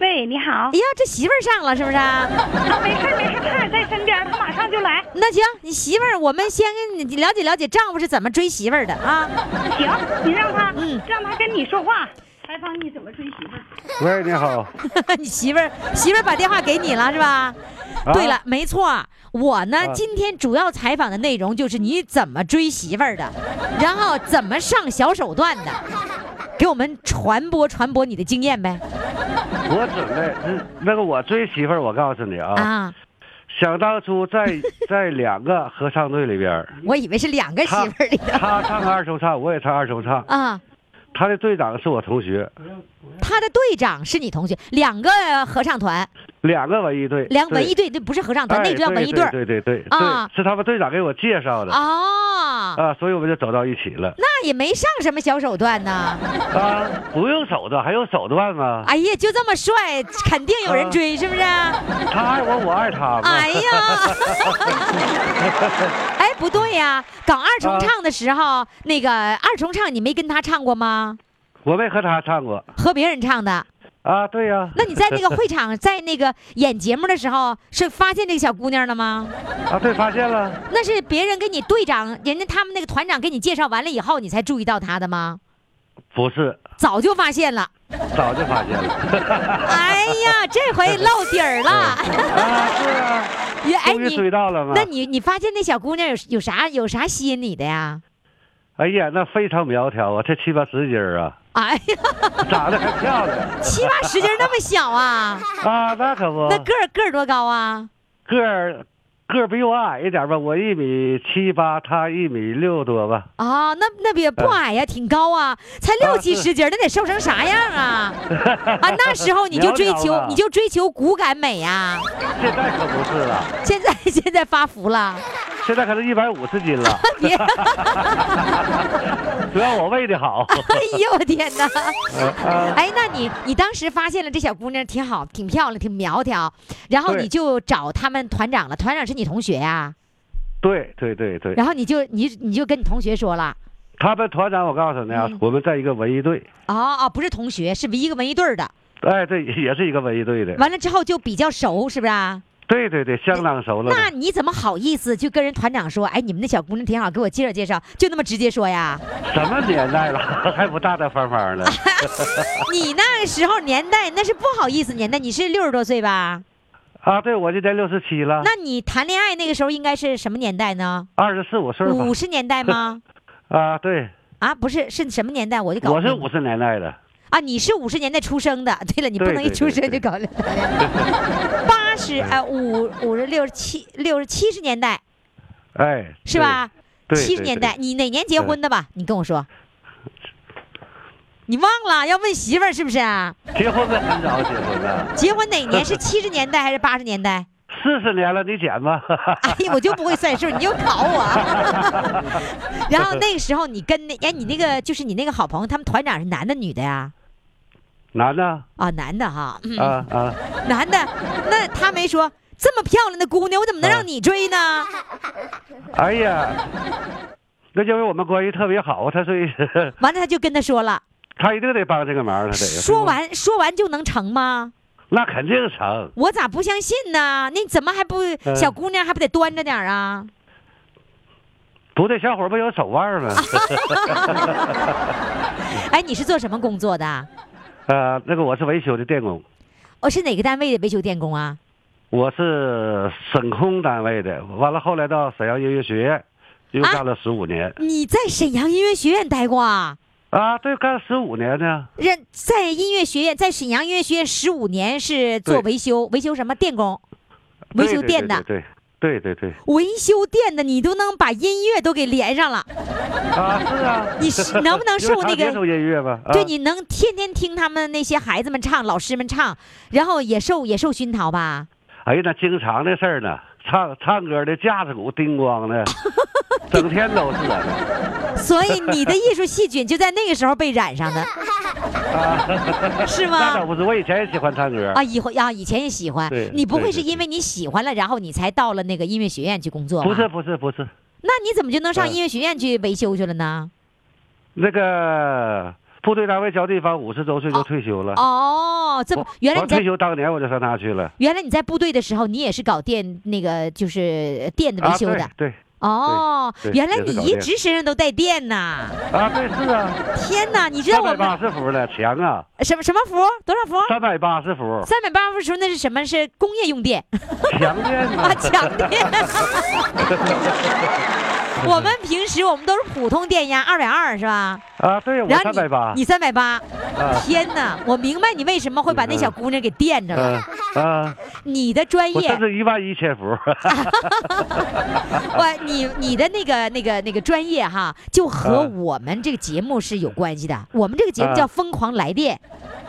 S5: 喂，你好
S3: 哎，呀，这媳妇儿上了是不是、啊？
S5: 啊没事儿没事儿，他也在身边儿，他马上就来。
S3: 那行，你媳妇儿，我们先跟你了解了解丈夫是怎么追媳妇儿的啊。
S5: 行，你让他，
S3: 嗯
S5: 让他跟你说话，采访你怎么追媳妇儿。
S9: 喂，你好，
S3: 你媳妇儿媳妇儿把电话给你了是吧？对了，没错儿，我呢、
S9: 啊
S3: 今天主要采访的内容就是你怎么追媳妇儿的，然后怎么上小手段的，给我们传播传播你的经验呗。
S9: 我准备嗯那个我追媳妇儿，我告诉你啊，
S3: 啊，
S9: 想当初在 在两个合唱队里边儿，
S3: 我以为是两个媳
S9: 她
S3: 妇儿里头
S9: 她唱二重唱，我也唱二重唱，
S3: 啊。
S9: 她的队长是我同学，
S3: 他的队长是你同学，两个合唱团，
S9: 两个文艺队，
S3: 两文艺
S9: 队，
S3: 队那不是合唱团，
S9: 哎
S3: 那就叫文艺队儿
S9: 对对对对
S3: 啊
S9: 对，是他们队长给我介绍的
S3: 哦。
S9: 啊，所以我们就走到一起了
S3: 那也没上什么小手段呢。
S9: 啊，不用手段，还用手段吗？
S3: 哎呀，就这么帅，肯定有
S9: 啊
S3: 人追，是不是？啊
S9: 她爱我，我爱她嘛。
S3: 哎 呀，哎，不对呀、搞二重唱的时候，那个二重唱你没跟他唱过吗？
S9: 我没和她唱过
S3: 和别人唱的。
S9: 啊，对呀、
S3: 那你在那个会场，在那个演节目的时候，是发现这个小姑娘了吗？
S9: 啊，对，发现了。
S3: 那是别人给你队长，人家他们那个团长给你介绍完了以后，你才注意到她的吗？
S9: 不是，
S3: 早就发现了。
S9: 早就发现了。
S3: 哎呀，这回露底儿 了。
S9: 啊，是啊，
S3: 原哎
S9: 终于追
S3: 你，
S9: 到了嘛。
S3: 那你你发现那小姑娘有有啥有啥吸引你的呀？
S9: 哎呀，那非常苗条啊，这七八十斤儿啊，
S3: 哎呀，
S9: 长得还漂 亮
S3: 七八十斤儿那么小啊？
S9: 啊，那可不
S3: 那，个儿个儿多高啊？
S9: 个儿个儿比我矮一点吧，我一米七八，他一米六多吧。
S3: 啊、那那也不矮呀、挺高啊，才
S9: 嗯
S3: 六七十斤儿，那得瘦成啥样啊？ 啊，那时候你就追
S9: 苗条
S3: 求
S9: 吧
S3: 你就追求骨感美呀、
S9: 现在可不是了，
S3: 现在 现在发福 了，
S9: 现在可能一百五十斤 了，
S3: 别，
S9: 主要我喂 的好。
S3: 哎呦我天哪！
S9: 啊，
S3: 哎，那你你当时发现了这小姑娘挺好，挺漂亮，挺苗条，然后
S9: 对
S3: 你就找他们团长了，团长是你同学呀、
S9: 对对对对，
S3: 然后你就你你就跟你同学说了，
S9: 他们团长，我告诉你
S3: 嗯
S9: 啊，我们在一个文艺队，
S3: 哦哦，不是同学，是一个文艺队儿的，
S9: 哎，对，也是一个文艺队的，
S3: 完了之后就比较熟，是不是啊？
S9: 对对对，相当熟了呢。
S3: 那你怎么好意思就跟人团长说，哎，你们那小姑娘挺好，给我介绍介绍，就那么直接说 呀？
S9: 什么年代了， 还不大大方方的？
S3: 你那个时候年代那是不好意思年代，你是六十多岁吧？
S9: 啊，对，我今年六十七了，
S3: 那你谈恋爱那个时候应该是什么年代呢？
S9: 二十四五岁吧
S3: 五。十年代 吗？
S9: 啊，对，
S3: 啊，不是，是什么年代？我就搞
S9: 我是
S3: 不明
S9: 五十年代的，
S3: 啊，你是五十年代出生的。 对了，你不
S9: 对
S3: 能一
S9: 对
S3: 出
S9: 对
S3: 生就
S9: 对
S3: 搞 恋爱。八十啊，五五十六十七六十七十年代
S9: 哎，
S3: 是吧？
S9: 对？对，
S3: 七十年代，
S9: 对，
S3: 你哪年结
S9: 对
S3: 婚的吧？你跟我说。你忘了要问媳妇儿是不是啊？
S9: 对结婚的很早结婚的，
S3: 结婚哪年是七十年代还是八十年代？
S9: 四十年了，你减吧。
S3: 哎呀，我就不会算数，你就考我。 然后那个时候你跟那哎，你那个就是你那个好朋友，他们团长是男的女的呀？
S9: 男的啊
S3: 啊，男的哈，嗯
S9: 啊，
S3: 男的。那他没说这么漂亮的姑娘，我怎么能
S9: 啊
S3: 让你追呢？
S9: 哎呀，那因为我们关系特别好，他所以
S3: 完了，他就跟他说了，
S9: 他一定得帮这个忙，他得
S3: 说，完说完就能成吗？
S9: 那肯定成。
S3: 我咋不相信呢？那你怎么还不
S9: 嗯
S3: 小姑娘还不得端着点儿啊？
S9: 不对，小伙儿不有手腕 吗？
S3: 哎，你是做什么工作的？
S9: 呃，那个我是维修的电工，
S3: 我、是哪个单位的维修电工啊？
S9: 我是省空单位的，完了后来到沈阳音乐学院，又
S3: 啊
S9: 干了十五年
S3: 你在沈阳音乐学院待过啊？
S9: 啊，对，干十五年呢，
S3: 任在音乐学院，在沈阳音乐学院十五年是做
S9: 对
S3: 维修，维修什么电工？维
S9: 对
S3: 修
S9: 对
S3: 电的
S9: 对对对对对，
S3: 维修店的，你都能把音乐都给连上了，
S9: 啊是啊，
S3: 你是能不能
S9: 因为
S3: 受
S9: 他
S3: 那
S9: 接
S3: 个
S9: 受音乐吧？啊、
S3: 对，你能天天听他们那些孩子们唱，老师们唱，然后也受也受熏陶吧？
S9: 哎呀，那经常的事儿呢，唱唱歌的架子鼓叮 咣的，整天都是啊。
S3: 所以你的艺术细菌就在那个时候被染上 的， 是
S9: 啊那
S3: 吗
S9: 倒？不是，我以前也喜欢唱歌。
S3: 啊，以后啊，以前也喜欢
S9: 对，
S3: 你不会
S9: 对
S3: 是
S9: 对
S3: 因为你喜欢了，然后你才到了那个音乐学院去工作吧？
S9: 不是，不是不是，
S3: 那你怎么就能上
S9: 嗯
S3: 音乐学院去维修去了呢？
S9: 那个部队单位交地方五十周岁就退休了。
S3: 哦，这不
S9: 啊我，
S3: 原来
S9: 我
S3: 你在
S9: 退休当年我就上他去了。
S3: 原来你在部队的时候，你也是搞电那个就是电的维修的
S9: 啊、对
S3: 哦。
S9: 啊对对
S3: 原来
S9: 也
S3: 你
S9: 是搞
S3: 一
S9: 电
S3: 直身上都带电呐！
S9: 对啊，对是啊，
S3: 天哪，你知道
S9: 三
S3: 我
S9: 百
S3: 们
S9: 八十伏的强啊，
S3: 什么什么伏多少伏？
S9: 三百八十伏
S3: 三百八十伏那是什么？是工业用电
S9: 啊强电呢
S3: 啊，。强 电。我们平时我们都是普通电压二百二是吧？
S9: 啊，对我
S3: 然后
S9: 三
S3: 你
S9: 百八
S3: 你三百八，
S9: 啊
S3: 天哪！我明白你为什么会把那小姑娘给电着了。
S9: 啊啊，
S3: 你哎的专
S9: 我
S3: 业
S9: 甚，至一万一千伏。
S3: 我你你的那个那个那个专业哈，就和
S9: 啊
S3: 我们这个节目是有关系的。我们这个节目
S9: 啊
S3: 叫《疯狂来电》，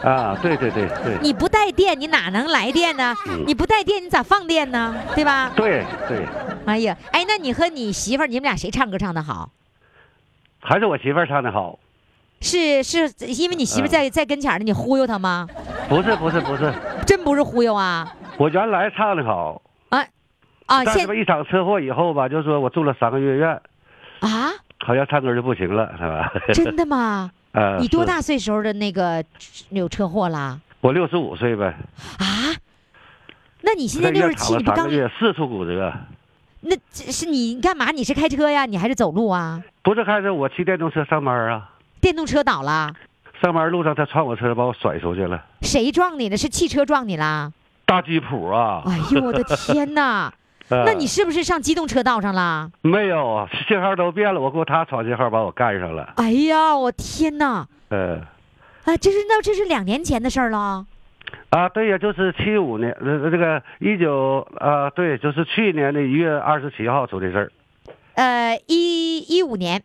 S9: 啊，对对对对
S3: 你不带电，你哪能来电呢？
S9: 嗯
S3: 你不带电，你咋放电呢？对吧？
S9: 对对，
S3: 哎呀，哎，那你和你媳妇儿，你们俩谁唱歌唱的好？
S9: 还是我媳妇儿唱的好。
S3: 是是因为你
S9: 嗯
S3: 媳妇儿在、在跟前儿呢，你忽悠她吗？
S9: 不是不是不是，
S3: 真不是忽悠啊
S9: 我原来唱的好，
S3: 啊啊！
S9: 但
S3: 现
S9: 是吧一场车祸以后吧，就说我住了三个月院，
S3: 啊，
S9: 好像唱歌就不行了，是吧？
S3: 真的吗？
S9: 呃，
S3: 你多
S9: 是？
S3: 大岁时候的那个有车祸啦？
S9: 我六十五岁呗，
S3: 啊？那你现在
S9: 在
S3: 六
S9: 院
S3: 十七，你
S9: 躺了
S3: 不
S9: 三
S3: 刚
S9: 个月，四处骨折。
S3: 那这是你干嘛？你是开车呀？你还是走路啊？
S9: 不是开着我骑电动车上班啊，
S3: 电动车倒了，
S9: 上班路上他撞我车，把我甩出去了，
S3: 谁撞你了？是汽车撞你啦？
S9: 大吉普啊！
S3: 哎呦我的天哪！
S9: 呃
S3: 那你是不是上机动车道上了？
S9: 没有啊信号都变了，我给我他闯信号把我干上了。
S3: 哎呀，我天哪！
S9: 呃，
S3: 啊，这是那这是两年前的事儿了。
S9: 啊，对呀，就是七五年，呃，这个一九啊，对，就是去年的一月二十七号出的事儿。
S3: 呃，一一五年。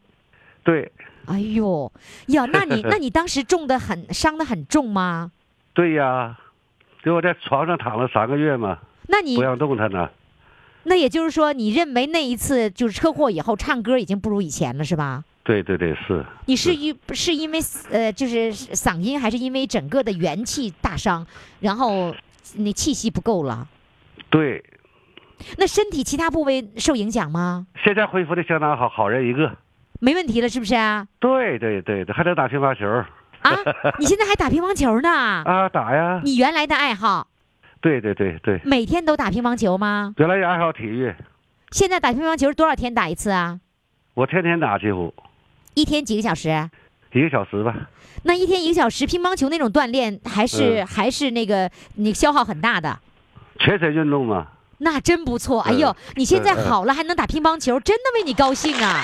S9: 对，
S3: 哎呦呀，那你那你当时中的很伤的很重吗？
S9: 对呀，给我在床上躺了三个月嘛，
S3: 那你
S9: 不让动弹呢。
S3: 那也就是说，你认为那一次就是车祸以后唱歌已经不如以前了，是吧？
S9: 对对对，是
S3: 你是因是因为呃，就是嗓音，还是因为整个的元气大伤，然后你气息不够了？
S9: 对。
S3: 那身体其他部位受影响吗？
S9: 现在恢复的相当好，好人一个。
S3: 没问题了，是不是啊？
S9: 对对对，还能打乒乓球
S3: 啊，你现在还打乒乓球呢？
S9: 啊，打呀。
S3: 你嗯原来的爱好，
S9: 对对对对，
S3: 每天都打乒乓球吗？
S9: 原来也爱好体育，
S3: 现在打乒乓球多少天打一次啊？
S9: 我天天打几乎
S3: 一天几个小时？
S9: 一个小时吧。
S3: 那一天一个小时乒乓球那种锻炼，还是、还是那个你消耗很大的。
S9: 全身运动嘛，
S3: 那真不错，哎呦，你现在好了还能打乒乓球，真的为你高兴啊！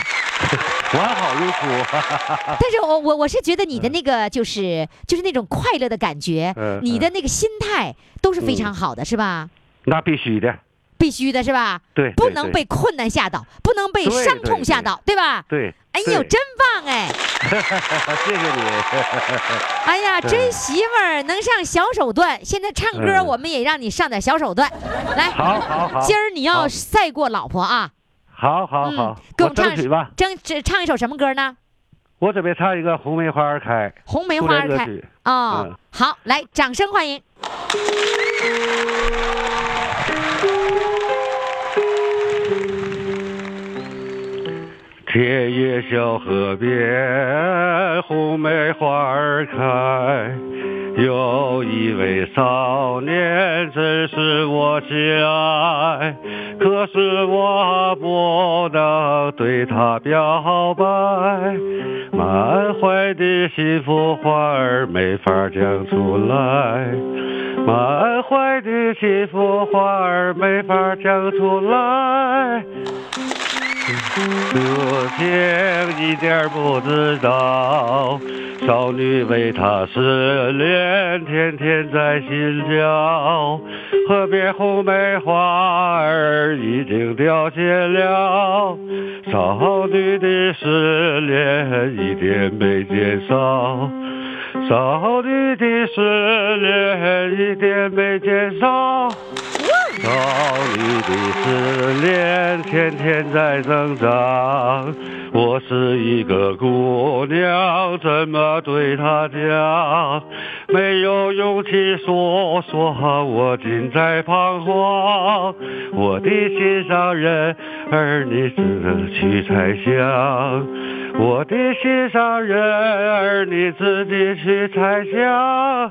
S9: 我还好如初。
S3: 但是我我我是觉得你的那个就是就是那种快乐的感觉
S9: 嗯，
S3: 你的那个心态都是非常好的，是吧？
S9: 那必须的，
S3: 必须的是吧？
S9: 对，
S3: 不
S9: 对
S3: 能。
S9: 对
S3: 被困难吓倒，不能被
S9: 对
S3: 伤痛吓倒，对吧？
S9: 对，
S3: 哎呦，
S9: 对
S3: 真棒哎！
S9: 谢谢你。
S3: 哎呀，
S9: 对
S3: 真媳妇儿能上小手段，现在唱歌
S9: 嗯
S3: 我们也让你上点小手段，来。
S9: 好好好，
S3: 今儿你要
S9: 好
S3: 赛过老婆啊！
S9: 好好
S3: 嗯
S9: 好，
S3: 给我
S9: 我
S3: 们唱
S9: 争取吧。
S3: 争这唱一首什么歌呢？
S9: 我准备唱一个《红梅花儿开》，
S3: 红梅
S9: 苏
S3: 花儿
S9: 联歌
S3: 开
S9: 曲。
S3: 哦，
S9: 嗯
S3: 好，来，掌声欢迎。
S9: 铁叶小河边，红梅花儿开。有一位少年，真是我心爱，可是我不能对他表白。满怀的幸福花儿没法讲出来，满怀的幸福花儿没法讲出来。德行一点儿不知道，少女为他失恋，天天在心焦。河边红梅花儿已经凋谢了，少女的失恋一点没减少，少女的失恋一点没减少。少女的失恋天天在增长，我是一个姑娘，怎么对她讲？没有勇气说说，我尽在彷徨。我的心上人儿，你只能去猜想。我的心上人儿，你自己去猜想。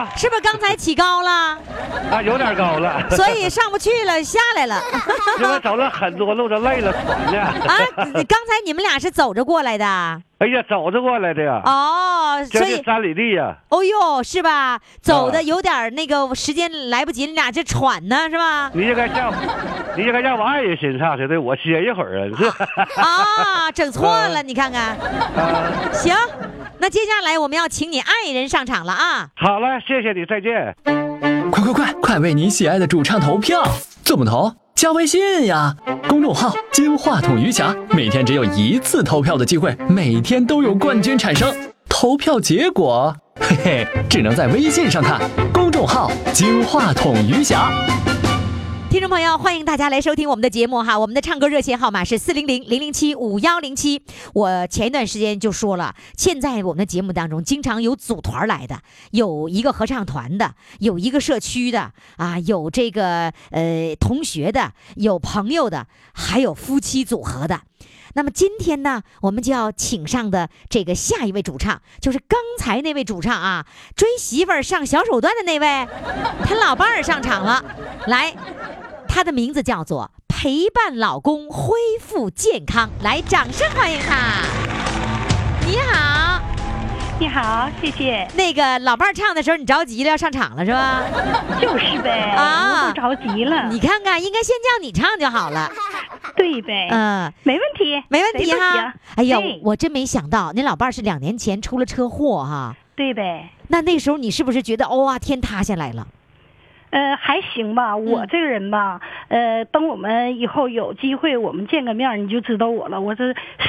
S3: 是不是刚才起高了，
S9: 啊，有点高了，
S3: 所以上不去了，下来了？
S9: 因为走了很多路，都累了，喘
S3: 啊
S9: 了。，
S3: 你刚才你们俩是走着过来的
S9: 哎呀，走着过来的呀。
S3: 哦，
S9: 这
S3: 所
S9: 是
S3: 以
S9: 山里地呀、
S3: 哦呦是吧？走的
S9: 啊
S3: 有点儿那个时间来不及，你俩这喘呢是 吧？
S9: 你应 该让，你应该让我爱人先上去，对我歇一会儿 啊，你这。
S3: 啊，整错了，你看看。
S9: 啊
S3: 行，那接下来我们要请你爱人上场了啊！
S9: 好了，谢谢你，再见。
S1: 快快快，快为你喜爱的主唱投票！怎么投？加微信呀，公众号“金话筒余霞”，每天只有一次投票的机会，每天都有冠军产生。投票结果，嘿嘿，只能在微信上看。公众号“金话筒余霞”。
S3: 听众朋友，欢迎大家来收听我们的节目哈。我们的唱歌热线号码是四零零零零七五幺零七。我前一段时间就说了，现在我们的节目当中经常有组团来的，有一个合唱团的，有一个社区的啊，有这个呃同学的，有朋友的，还有夫妻组合的。那么今天呢，我们就要请上的这个下一位主唱，就是刚才那位主唱啊，追媳妇儿上小手段的那位，他老伴儿上场了。来，他的名字叫做陪伴老公恢复健康，来，掌声欢迎他。你好，
S5: 你好，谢谢，
S3: 那个老伴儿唱的时候你着急了，要上场了是吧？
S5: 就是呗，
S3: 啊
S5: 我都着急了，
S3: 你看看，应该先叫你唱就好了。
S5: 对呗，
S3: 嗯、
S5: 没问题，
S3: 没问题
S5: 哎谁都啊
S3: 哈
S5: 行。
S3: 哎呀
S5: 对，
S3: 我真没想到，你老伴儿是两年前出了车祸哈。
S5: 对呗。
S3: 那那时候你是不是觉得哇、天塌下来了？
S5: 呃，还行吧，
S3: 嗯
S5: 我这个人吧，呃，等我们以后有机会我们见个面儿，你就知道我了。我这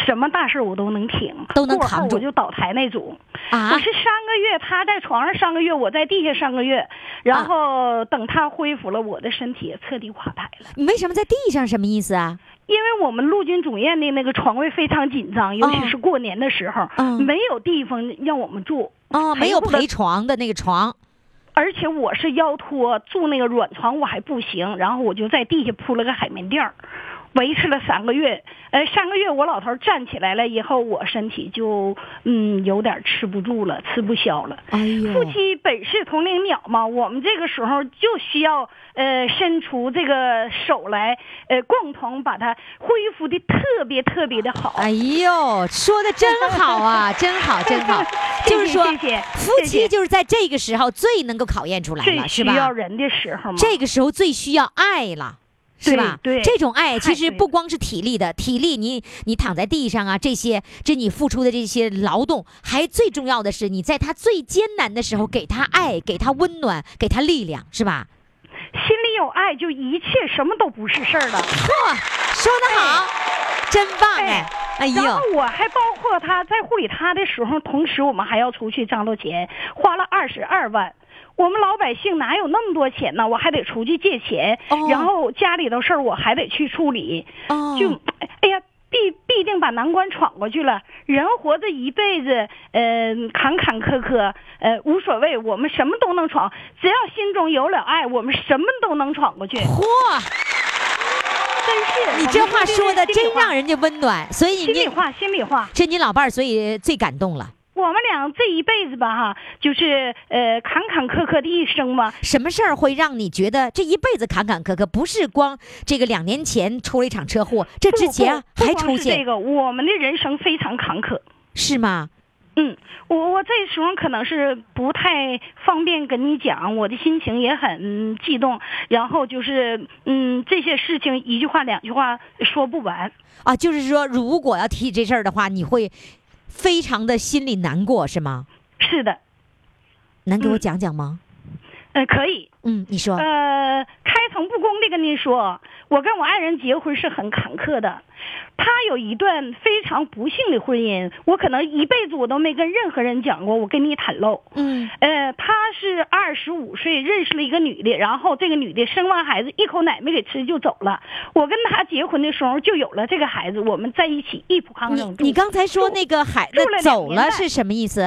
S5: 什么大事我都能挺，
S3: 都能
S5: 过
S3: 扛
S5: 后
S3: 住
S5: 我就倒台那种。
S3: 啊
S5: 我是三个月，他在床上三个月，我在地下三个
S3: 啊
S5: 月，然后等他恢复了，我的身体也彻底垮台了。
S3: 你为什么在地上？什么意思啊？
S5: 因为我们陆军总院的那个床位非常紧张，尤其是过年的时候，
S3: 哦嗯
S5: 没有地方让我们住。
S3: 哦，没有
S5: 陪护的
S3: 陪床的那个床。
S5: 而且我是腰托，住那个软床我还不行，然后我就在地下铺了个海绵垫儿，维持了三个月。呃，三个月我老头儿站起来了以后，我身体就嗯有点吃不住了，吃不消了。
S3: 哎
S5: 夫
S3: 呦，
S5: 妻本是同林鸟嘛，我们这个时候就需要呃伸出这个手来，呃共同把它恢复的特别特别的好。
S3: 哎呦，说的真好啊，真好，真好。
S5: 谢谢
S3: 就是说
S5: 谢谢，
S3: 夫
S5: 谢
S3: 妻
S5: 谢
S3: 就是在这个时候最能够考验出来
S5: 最
S3: 了，是
S5: 需
S3: 吧
S5: 要？人的时候嘛，
S3: 这个时候最需要爱了。是吧？
S5: 对对
S3: 这种爱其
S5: 太
S3: 实
S5: 对
S3: 不
S5: 了
S3: 光是体力的，体力你你躺在地上啊，这些这你付出的这些劳动，还最重要的是你在他最艰难的时候给他爱，给他温暖，给他力量，是吧？
S5: 心里有爱，就一切什么都不是事儿了。
S3: 嚯，说得好，真棒哎
S5: 哎！
S3: 哎
S5: 然
S3: 呦
S5: 后，我还包括他在护理他的时候，同时我们还要出去张罗钱，花了二十二万。我们老百姓哪有那么多钱呢？我还得出去借钱，
S3: 哦
S5: 然后家里头事儿我还得去处理，
S3: 哦
S5: 就，哎呀。必必定把难关闯过去了。人活着一辈子，呃，坎坎坷坷，呃，无所谓，我们什么都能闯，只要心中有了爱，我们什么都能闯过去。真
S3: 嚯，
S5: 是，
S3: 哦你
S5: 我
S3: 这
S5: 们
S3: 话
S5: 这
S3: 说
S5: 是
S3: 的
S5: 心里
S3: 真
S5: 话
S3: 让人家温暖，所以
S5: 心里
S3: 你
S5: 话，心里话。
S3: 这你老伴儿，所以最感动了。
S5: 我我们俩这一辈子吧，哈，就是呃坎坎坷坷的一生吧。
S3: 什么事儿会让你觉得这一辈子坎坎坷坷？不是光这个两年前出了一场车祸，这
S5: 不
S3: 之前啊
S5: 不
S3: 还
S5: 不光
S3: 出
S5: 是
S3: 现
S5: 这个，我们的人生非常坎坷。
S3: 是吗？
S5: 嗯，我我这时候可能是不太方便跟你讲，我的心情也很激动，然后就是嗯，这些事情一句话两句话说不完。
S3: 啊，就是说，如果要提起这事儿的话，你会非常的心里难过，是吗？
S5: 嗯是的，
S3: 能给我
S5: 嗯
S3: 讲讲吗？
S5: 呃，可以，
S3: 嗯，你说，
S5: 呃，开诚布公的跟您说，我跟我爱人结婚是很坎坷的，他有一段非常不幸的婚姻，我可能一辈子我都没跟任何人讲过，我跟你袒露。
S3: 嗯，
S5: 呃，他是二十五岁认识了一个女的，然后这个女的生完孩子一口奶没给吃就走了。我跟他结婚的时候就有了这个孩子，我们在一起一铺炕上
S3: 你
S5: 住。
S3: 你刚才说那个孩子
S5: 住了两
S3: 走
S5: 年
S3: 了
S5: 半
S3: 是什么意思？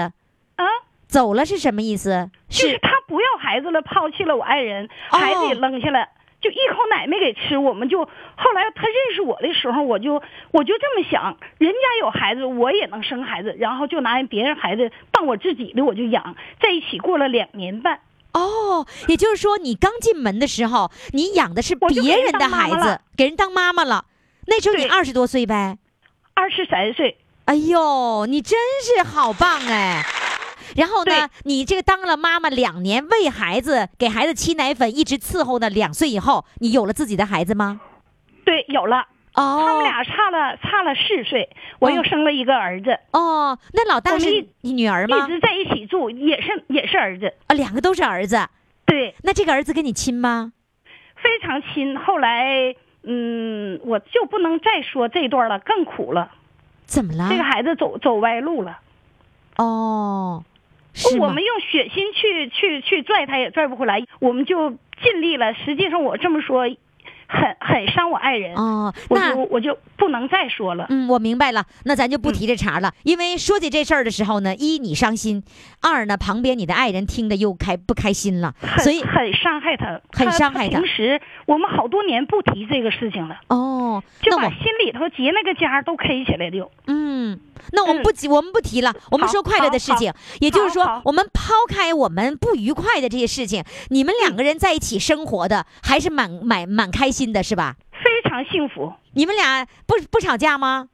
S5: 啊，
S3: 走了是什么意思？
S5: 就是他不要孩子了，抛弃了我爱人，
S3: 哦
S5: 孩子也扔下了。就一口奶没给吃，我们就后来他认识我的时候，我就我就这么想，人家有孩子，我也能生孩子，然后就拿人别人孩子当我自己的，我就养，在一起过了两年半，
S3: 哦，也就是说，你刚进门的时候，你养的是
S5: 我就给
S3: 别
S5: 人
S3: 人的
S5: 当妈
S3: 孩
S5: 妈
S3: 子
S5: 了，
S3: 给人当妈妈了。那时候你
S5: 对
S3: 二十多岁呗。
S5: 二十三岁，
S3: 哎呦，你真是好棒 哎！然后呢
S5: 对，
S3: 你这个当了妈妈两年，喂孩子，给孩子沏奶粉，一直伺候到两岁以后，你有了自己的孩子吗？
S5: 对，有了。
S3: 哦，
S5: 他们俩差了差了四岁，我又生了一个儿子，
S3: 哦，那老大
S5: 我们
S3: 是
S5: 一
S3: 你女儿吗
S5: 一？直在一起住，也是也是儿子，
S3: 啊，两个都是儿子。
S5: 对，
S3: 那这个儿子跟你亲吗？
S5: 非常亲。后来，嗯，我就不能再说这段了，更苦了。
S3: 怎么了？
S5: 这个孩子走走歪路了，
S3: 哦，是
S5: 我
S3: 吗？
S5: 们用血腥去去去拽他也拽不回来，我们就尽力了。实际上我这么说，很很伤我爱人，
S3: 哦，
S5: 我
S3: 那
S5: 就我就不能再说了。
S3: 嗯，我明白了，那咱就
S5: 嗯
S3: 不提这茬了，因为说起这事儿的时候呢，一你伤心，二呢旁边你的爱人听着又开不开心了，
S5: 很
S3: 所以
S5: 很伤害他，
S3: 很伤害他
S5: 平时我们好多年不提这个事情了。
S3: 哦，
S5: 就
S3: 那
S5: 把
S3: 我
S5: 心里头结那个痂都 K 起来就。
S3: 嗯，那我们
S5: 嗯
S3: 不提，我们不提了，我们
S5: 好
S3: 说快乐的事
S5: 好
S3: 情，也就是说
S5: 好，
S3: 我们抛开我们不愉快的这些事情，你们
S5: 嗯
S3: 两个人在一起生活的还是蛮蛮蛮开心的，是吧？
S5: 非常幸福，
S3: 你们俩不不吵架吗？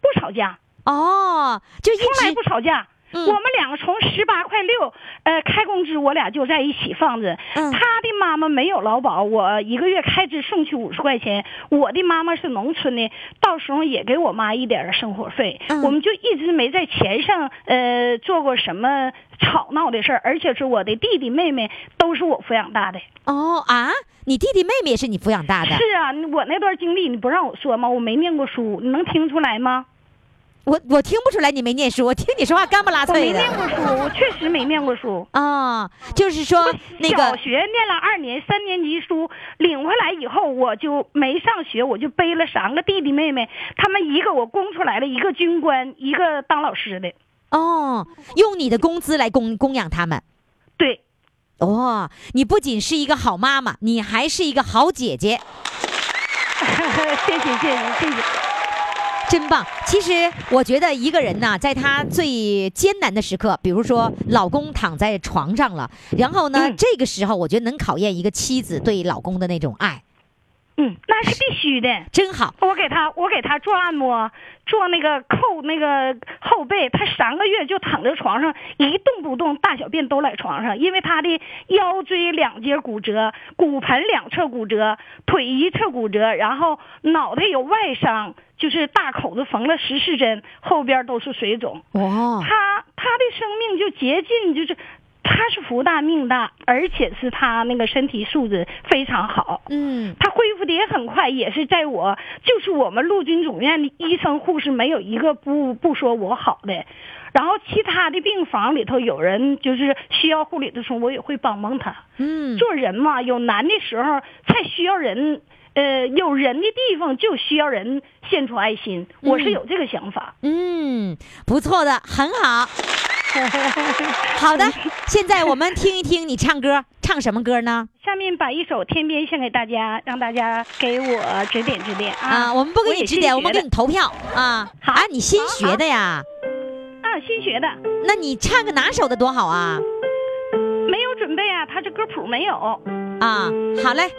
S5: 不吵架，
S3: 哦，就一
S5: 从来
S3: 直
S5: 不吵架。
S3: 嗯
S5: 我们两个从十八块六，呃，开工资我俩就在一起放着。
S3: 嗯
S5: 他的妈妈没有劳保，我一个月开支送去五十块钱。我的妈妈是农村的，到时候也给我妈一点儿生活费。
S3: 嗯
S5: 我们就一直没在钱上呃做过什么吵闹的事儿，而且是我的弟弟妹妹都是我抚养大的。
S3: 哦啊，你弟弟妹妹也是你抚养大的，
S5: 是啊，我那段经历你不让我说吗？我没念过书，你能听出来吗？
S3: 我我听不出来你没念书，我听你说话干不拉
S5: 我没
S3: 脆的
S5: 念过书，我确实没念过书。
S3: 啊、就是说那
S5: 小
S3: 个
S5: 学念了二年三年级书，领回来以后我就没上学，我就背了三个弟弟妹妹，他们一个我供出来了，一个军官，一个当老师的。
S3: 哦，用你的工资来供供养他们。
S5: 对，
S3: 哦，你不仅是一个好妈妈，你还是一个好姐姐，
S5: 谢谢谢谢谢谢。
S3: 真棒！其实我觉得一个人呐、在他最艰难的时刻，比如说老公躺在床上了，然后呢，
S5: 嗯
S3: 这个时候我觉得能考验一个妻子对老公的那种爱，
S5: 嗯，那是必须的。
S3: 真好。
S5: 我给他，我给他做按摩，做那个扣那个后背，他三个月就躺在床上一动不动，大小便都在床上，因为他的腰椎两节骨折，骨盆两侧骨折，腿一侧骨折，然后脑袋有外伤，就是大口子缝了十四针，后边都是水肿。
S3: 哦，
S5: 他他的生命就竭尽就是。他是福大命大，而且是他那个身体素质非常好。
S3: 嗯，
S5: 他恢复的也很快，也是在我就是我们陆军总院的医生护士没有一个不不说我好的，然后其他的病房里头有人就是需要护理的时候，我也会帮帮他。
S3: 嗯，
S5: 做人嘛，有难的时候才需要人，呃，有人的地方就需要人献出爱心，我是有这个想法。
S3: 嗯，不错的，很 好。好的，现在我们听一听你唱歌，唱什么歌呢？
S5: 下面把一首《天边》献给大家，让大家给我指点指点啊！
S3: 啊，我们不给
S5: 也
S3: 你指
S5: 新
S3: 点，
S5: 学
S3: 我们给
S5: 的
S3: 你投票啊。
S5: 好
S3: 啊，你新
S5: 好
S3: 学的呀？
S5: 啊，
S10: 新
S5: 新
S10: 学的，
S3: 那你唱个拿手的多好啊！
S10: 没有准备啊，他这歌谱没有。
S3: 啊，好嘞。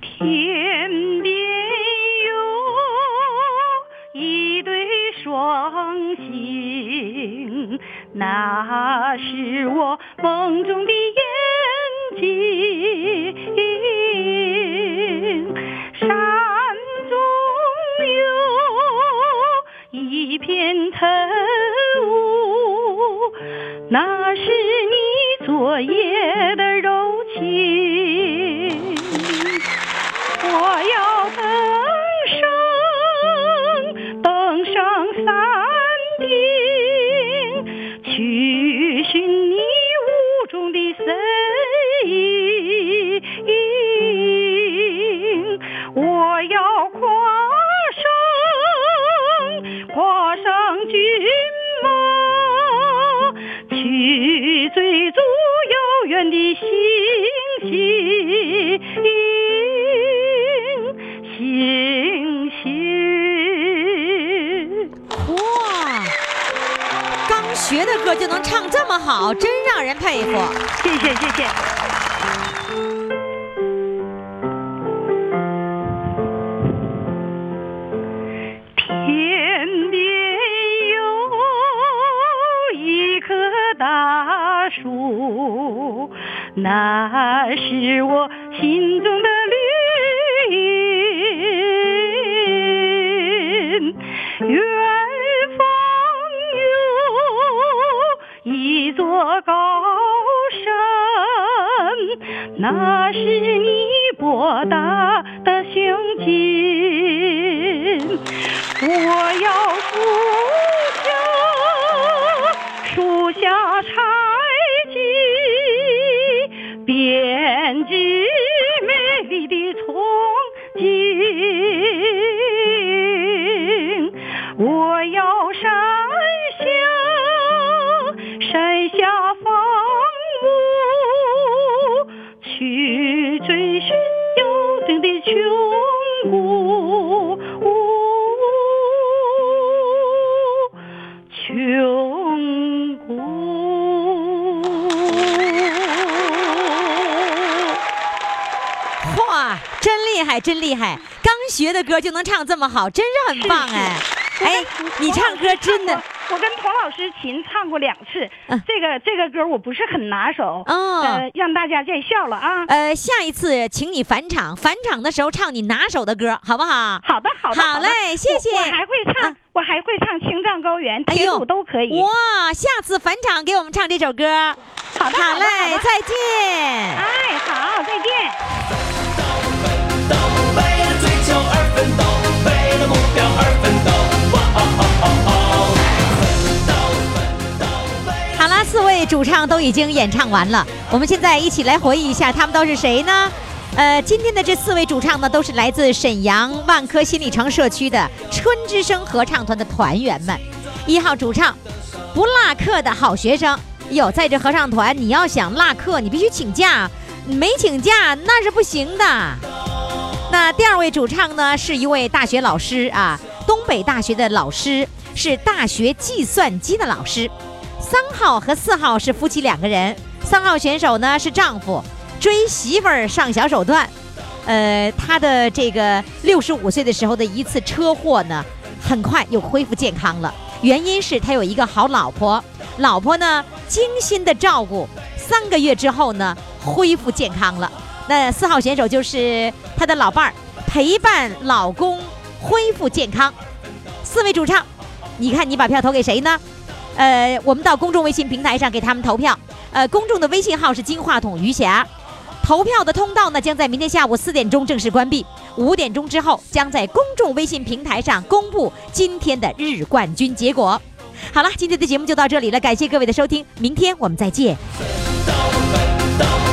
S10: 天边有一对双星，那是我梦中的眼睛。山中有一片晨雾，那是你昨夜的柔情。我要登上，登上山顶，去寻你雾中的身影。我要跨上，跨上骏马，去追逐遥远的星星。星星。
S3: 哇，刚学的歌就能唱这么好，真让人佩服。
S10: 谢谢谢谢。天边有一棵大树，那是我心中的绿荫。远方有一座高山，那是你博大的胸襟。我要树下，树下采集，编织美丽的憧憬。我要山下，山下放牧，去追寻幽静的穷谷。穷谷。
S3: 哇，真厉害，真厉害！刚学的歌就能唱这么好，真是很棒 哎！哎，你唱歌真的，
S10: 我跟童老师琴唱过两次
S3: 嗯，
S10: 这个这个歌我不是很拿手，
S3: 嗯
S10: 呃，让大家见笑了 啊。
S3: 呃，下一次请你返场，返场的时候唱你拿手的歌，好不好？
S10: 好的，好的，
S3: 好
S10: 的
S3: 嘞谢
S10: 我
S3: 谢
S10: 我还会唱
S3: 啊，
S10: 我还会唱《青藏高原》、《
S3: 哎
S10: 铁
S3: 呦
S10: 路》都可以。
S3: 哇，下次返场给我们唱这首歌。
S10: 好的，
S3: 好
S10: 好的，
S3: 嘞
S10: 好，的
S3: 再见。
S10: 哎，好，再见。
S4: 斗，为了追求而奋斗，为了目标而奋斗。哇哦哦哦哦！奋斗，奋斗，为了。
S3: 好啦，四位主唱都已经演唱完了，我们现在一起来回忆一下，他们都是谁呢？呃，今天的这四位主唱呢，都是来自沈阳万科新里城社区的春之声合唱团的团员们。一号主唱，不落课的好学生。哟，在这合唱团，你要想落课，你必须请假，没请假那是不行的。那第二位主唱呢，是一位大学老师啊，东北大学的老师，是大学计算机的老师。三号和四号是夫妻两个人，三号选手呢是丈夫，追媳妇儿上小手段。呃，他的这个六十五岁的时候的一次车祸呢，很快又恢复健康了。原因是他有一个好老婆，老婆呢精心的照顾，三个月之后呢恢复健康了。那四号选手就是他的老伴儿，陪伴老公恢复健康。四位主唱，你看你把票投给谁呢？呃，我们到公众微信平台上给他们投票。呃，公众的微信号是金话筒余霞。投票的通道呢，将在明天下午四点钟正式关闭，五点钟之后将在公众微信平台上公布今天的日冠军结果。好了，今天的节目就到这里了，感谢各位的收听，明天我们再见。
S4: 奋斗，奋斗，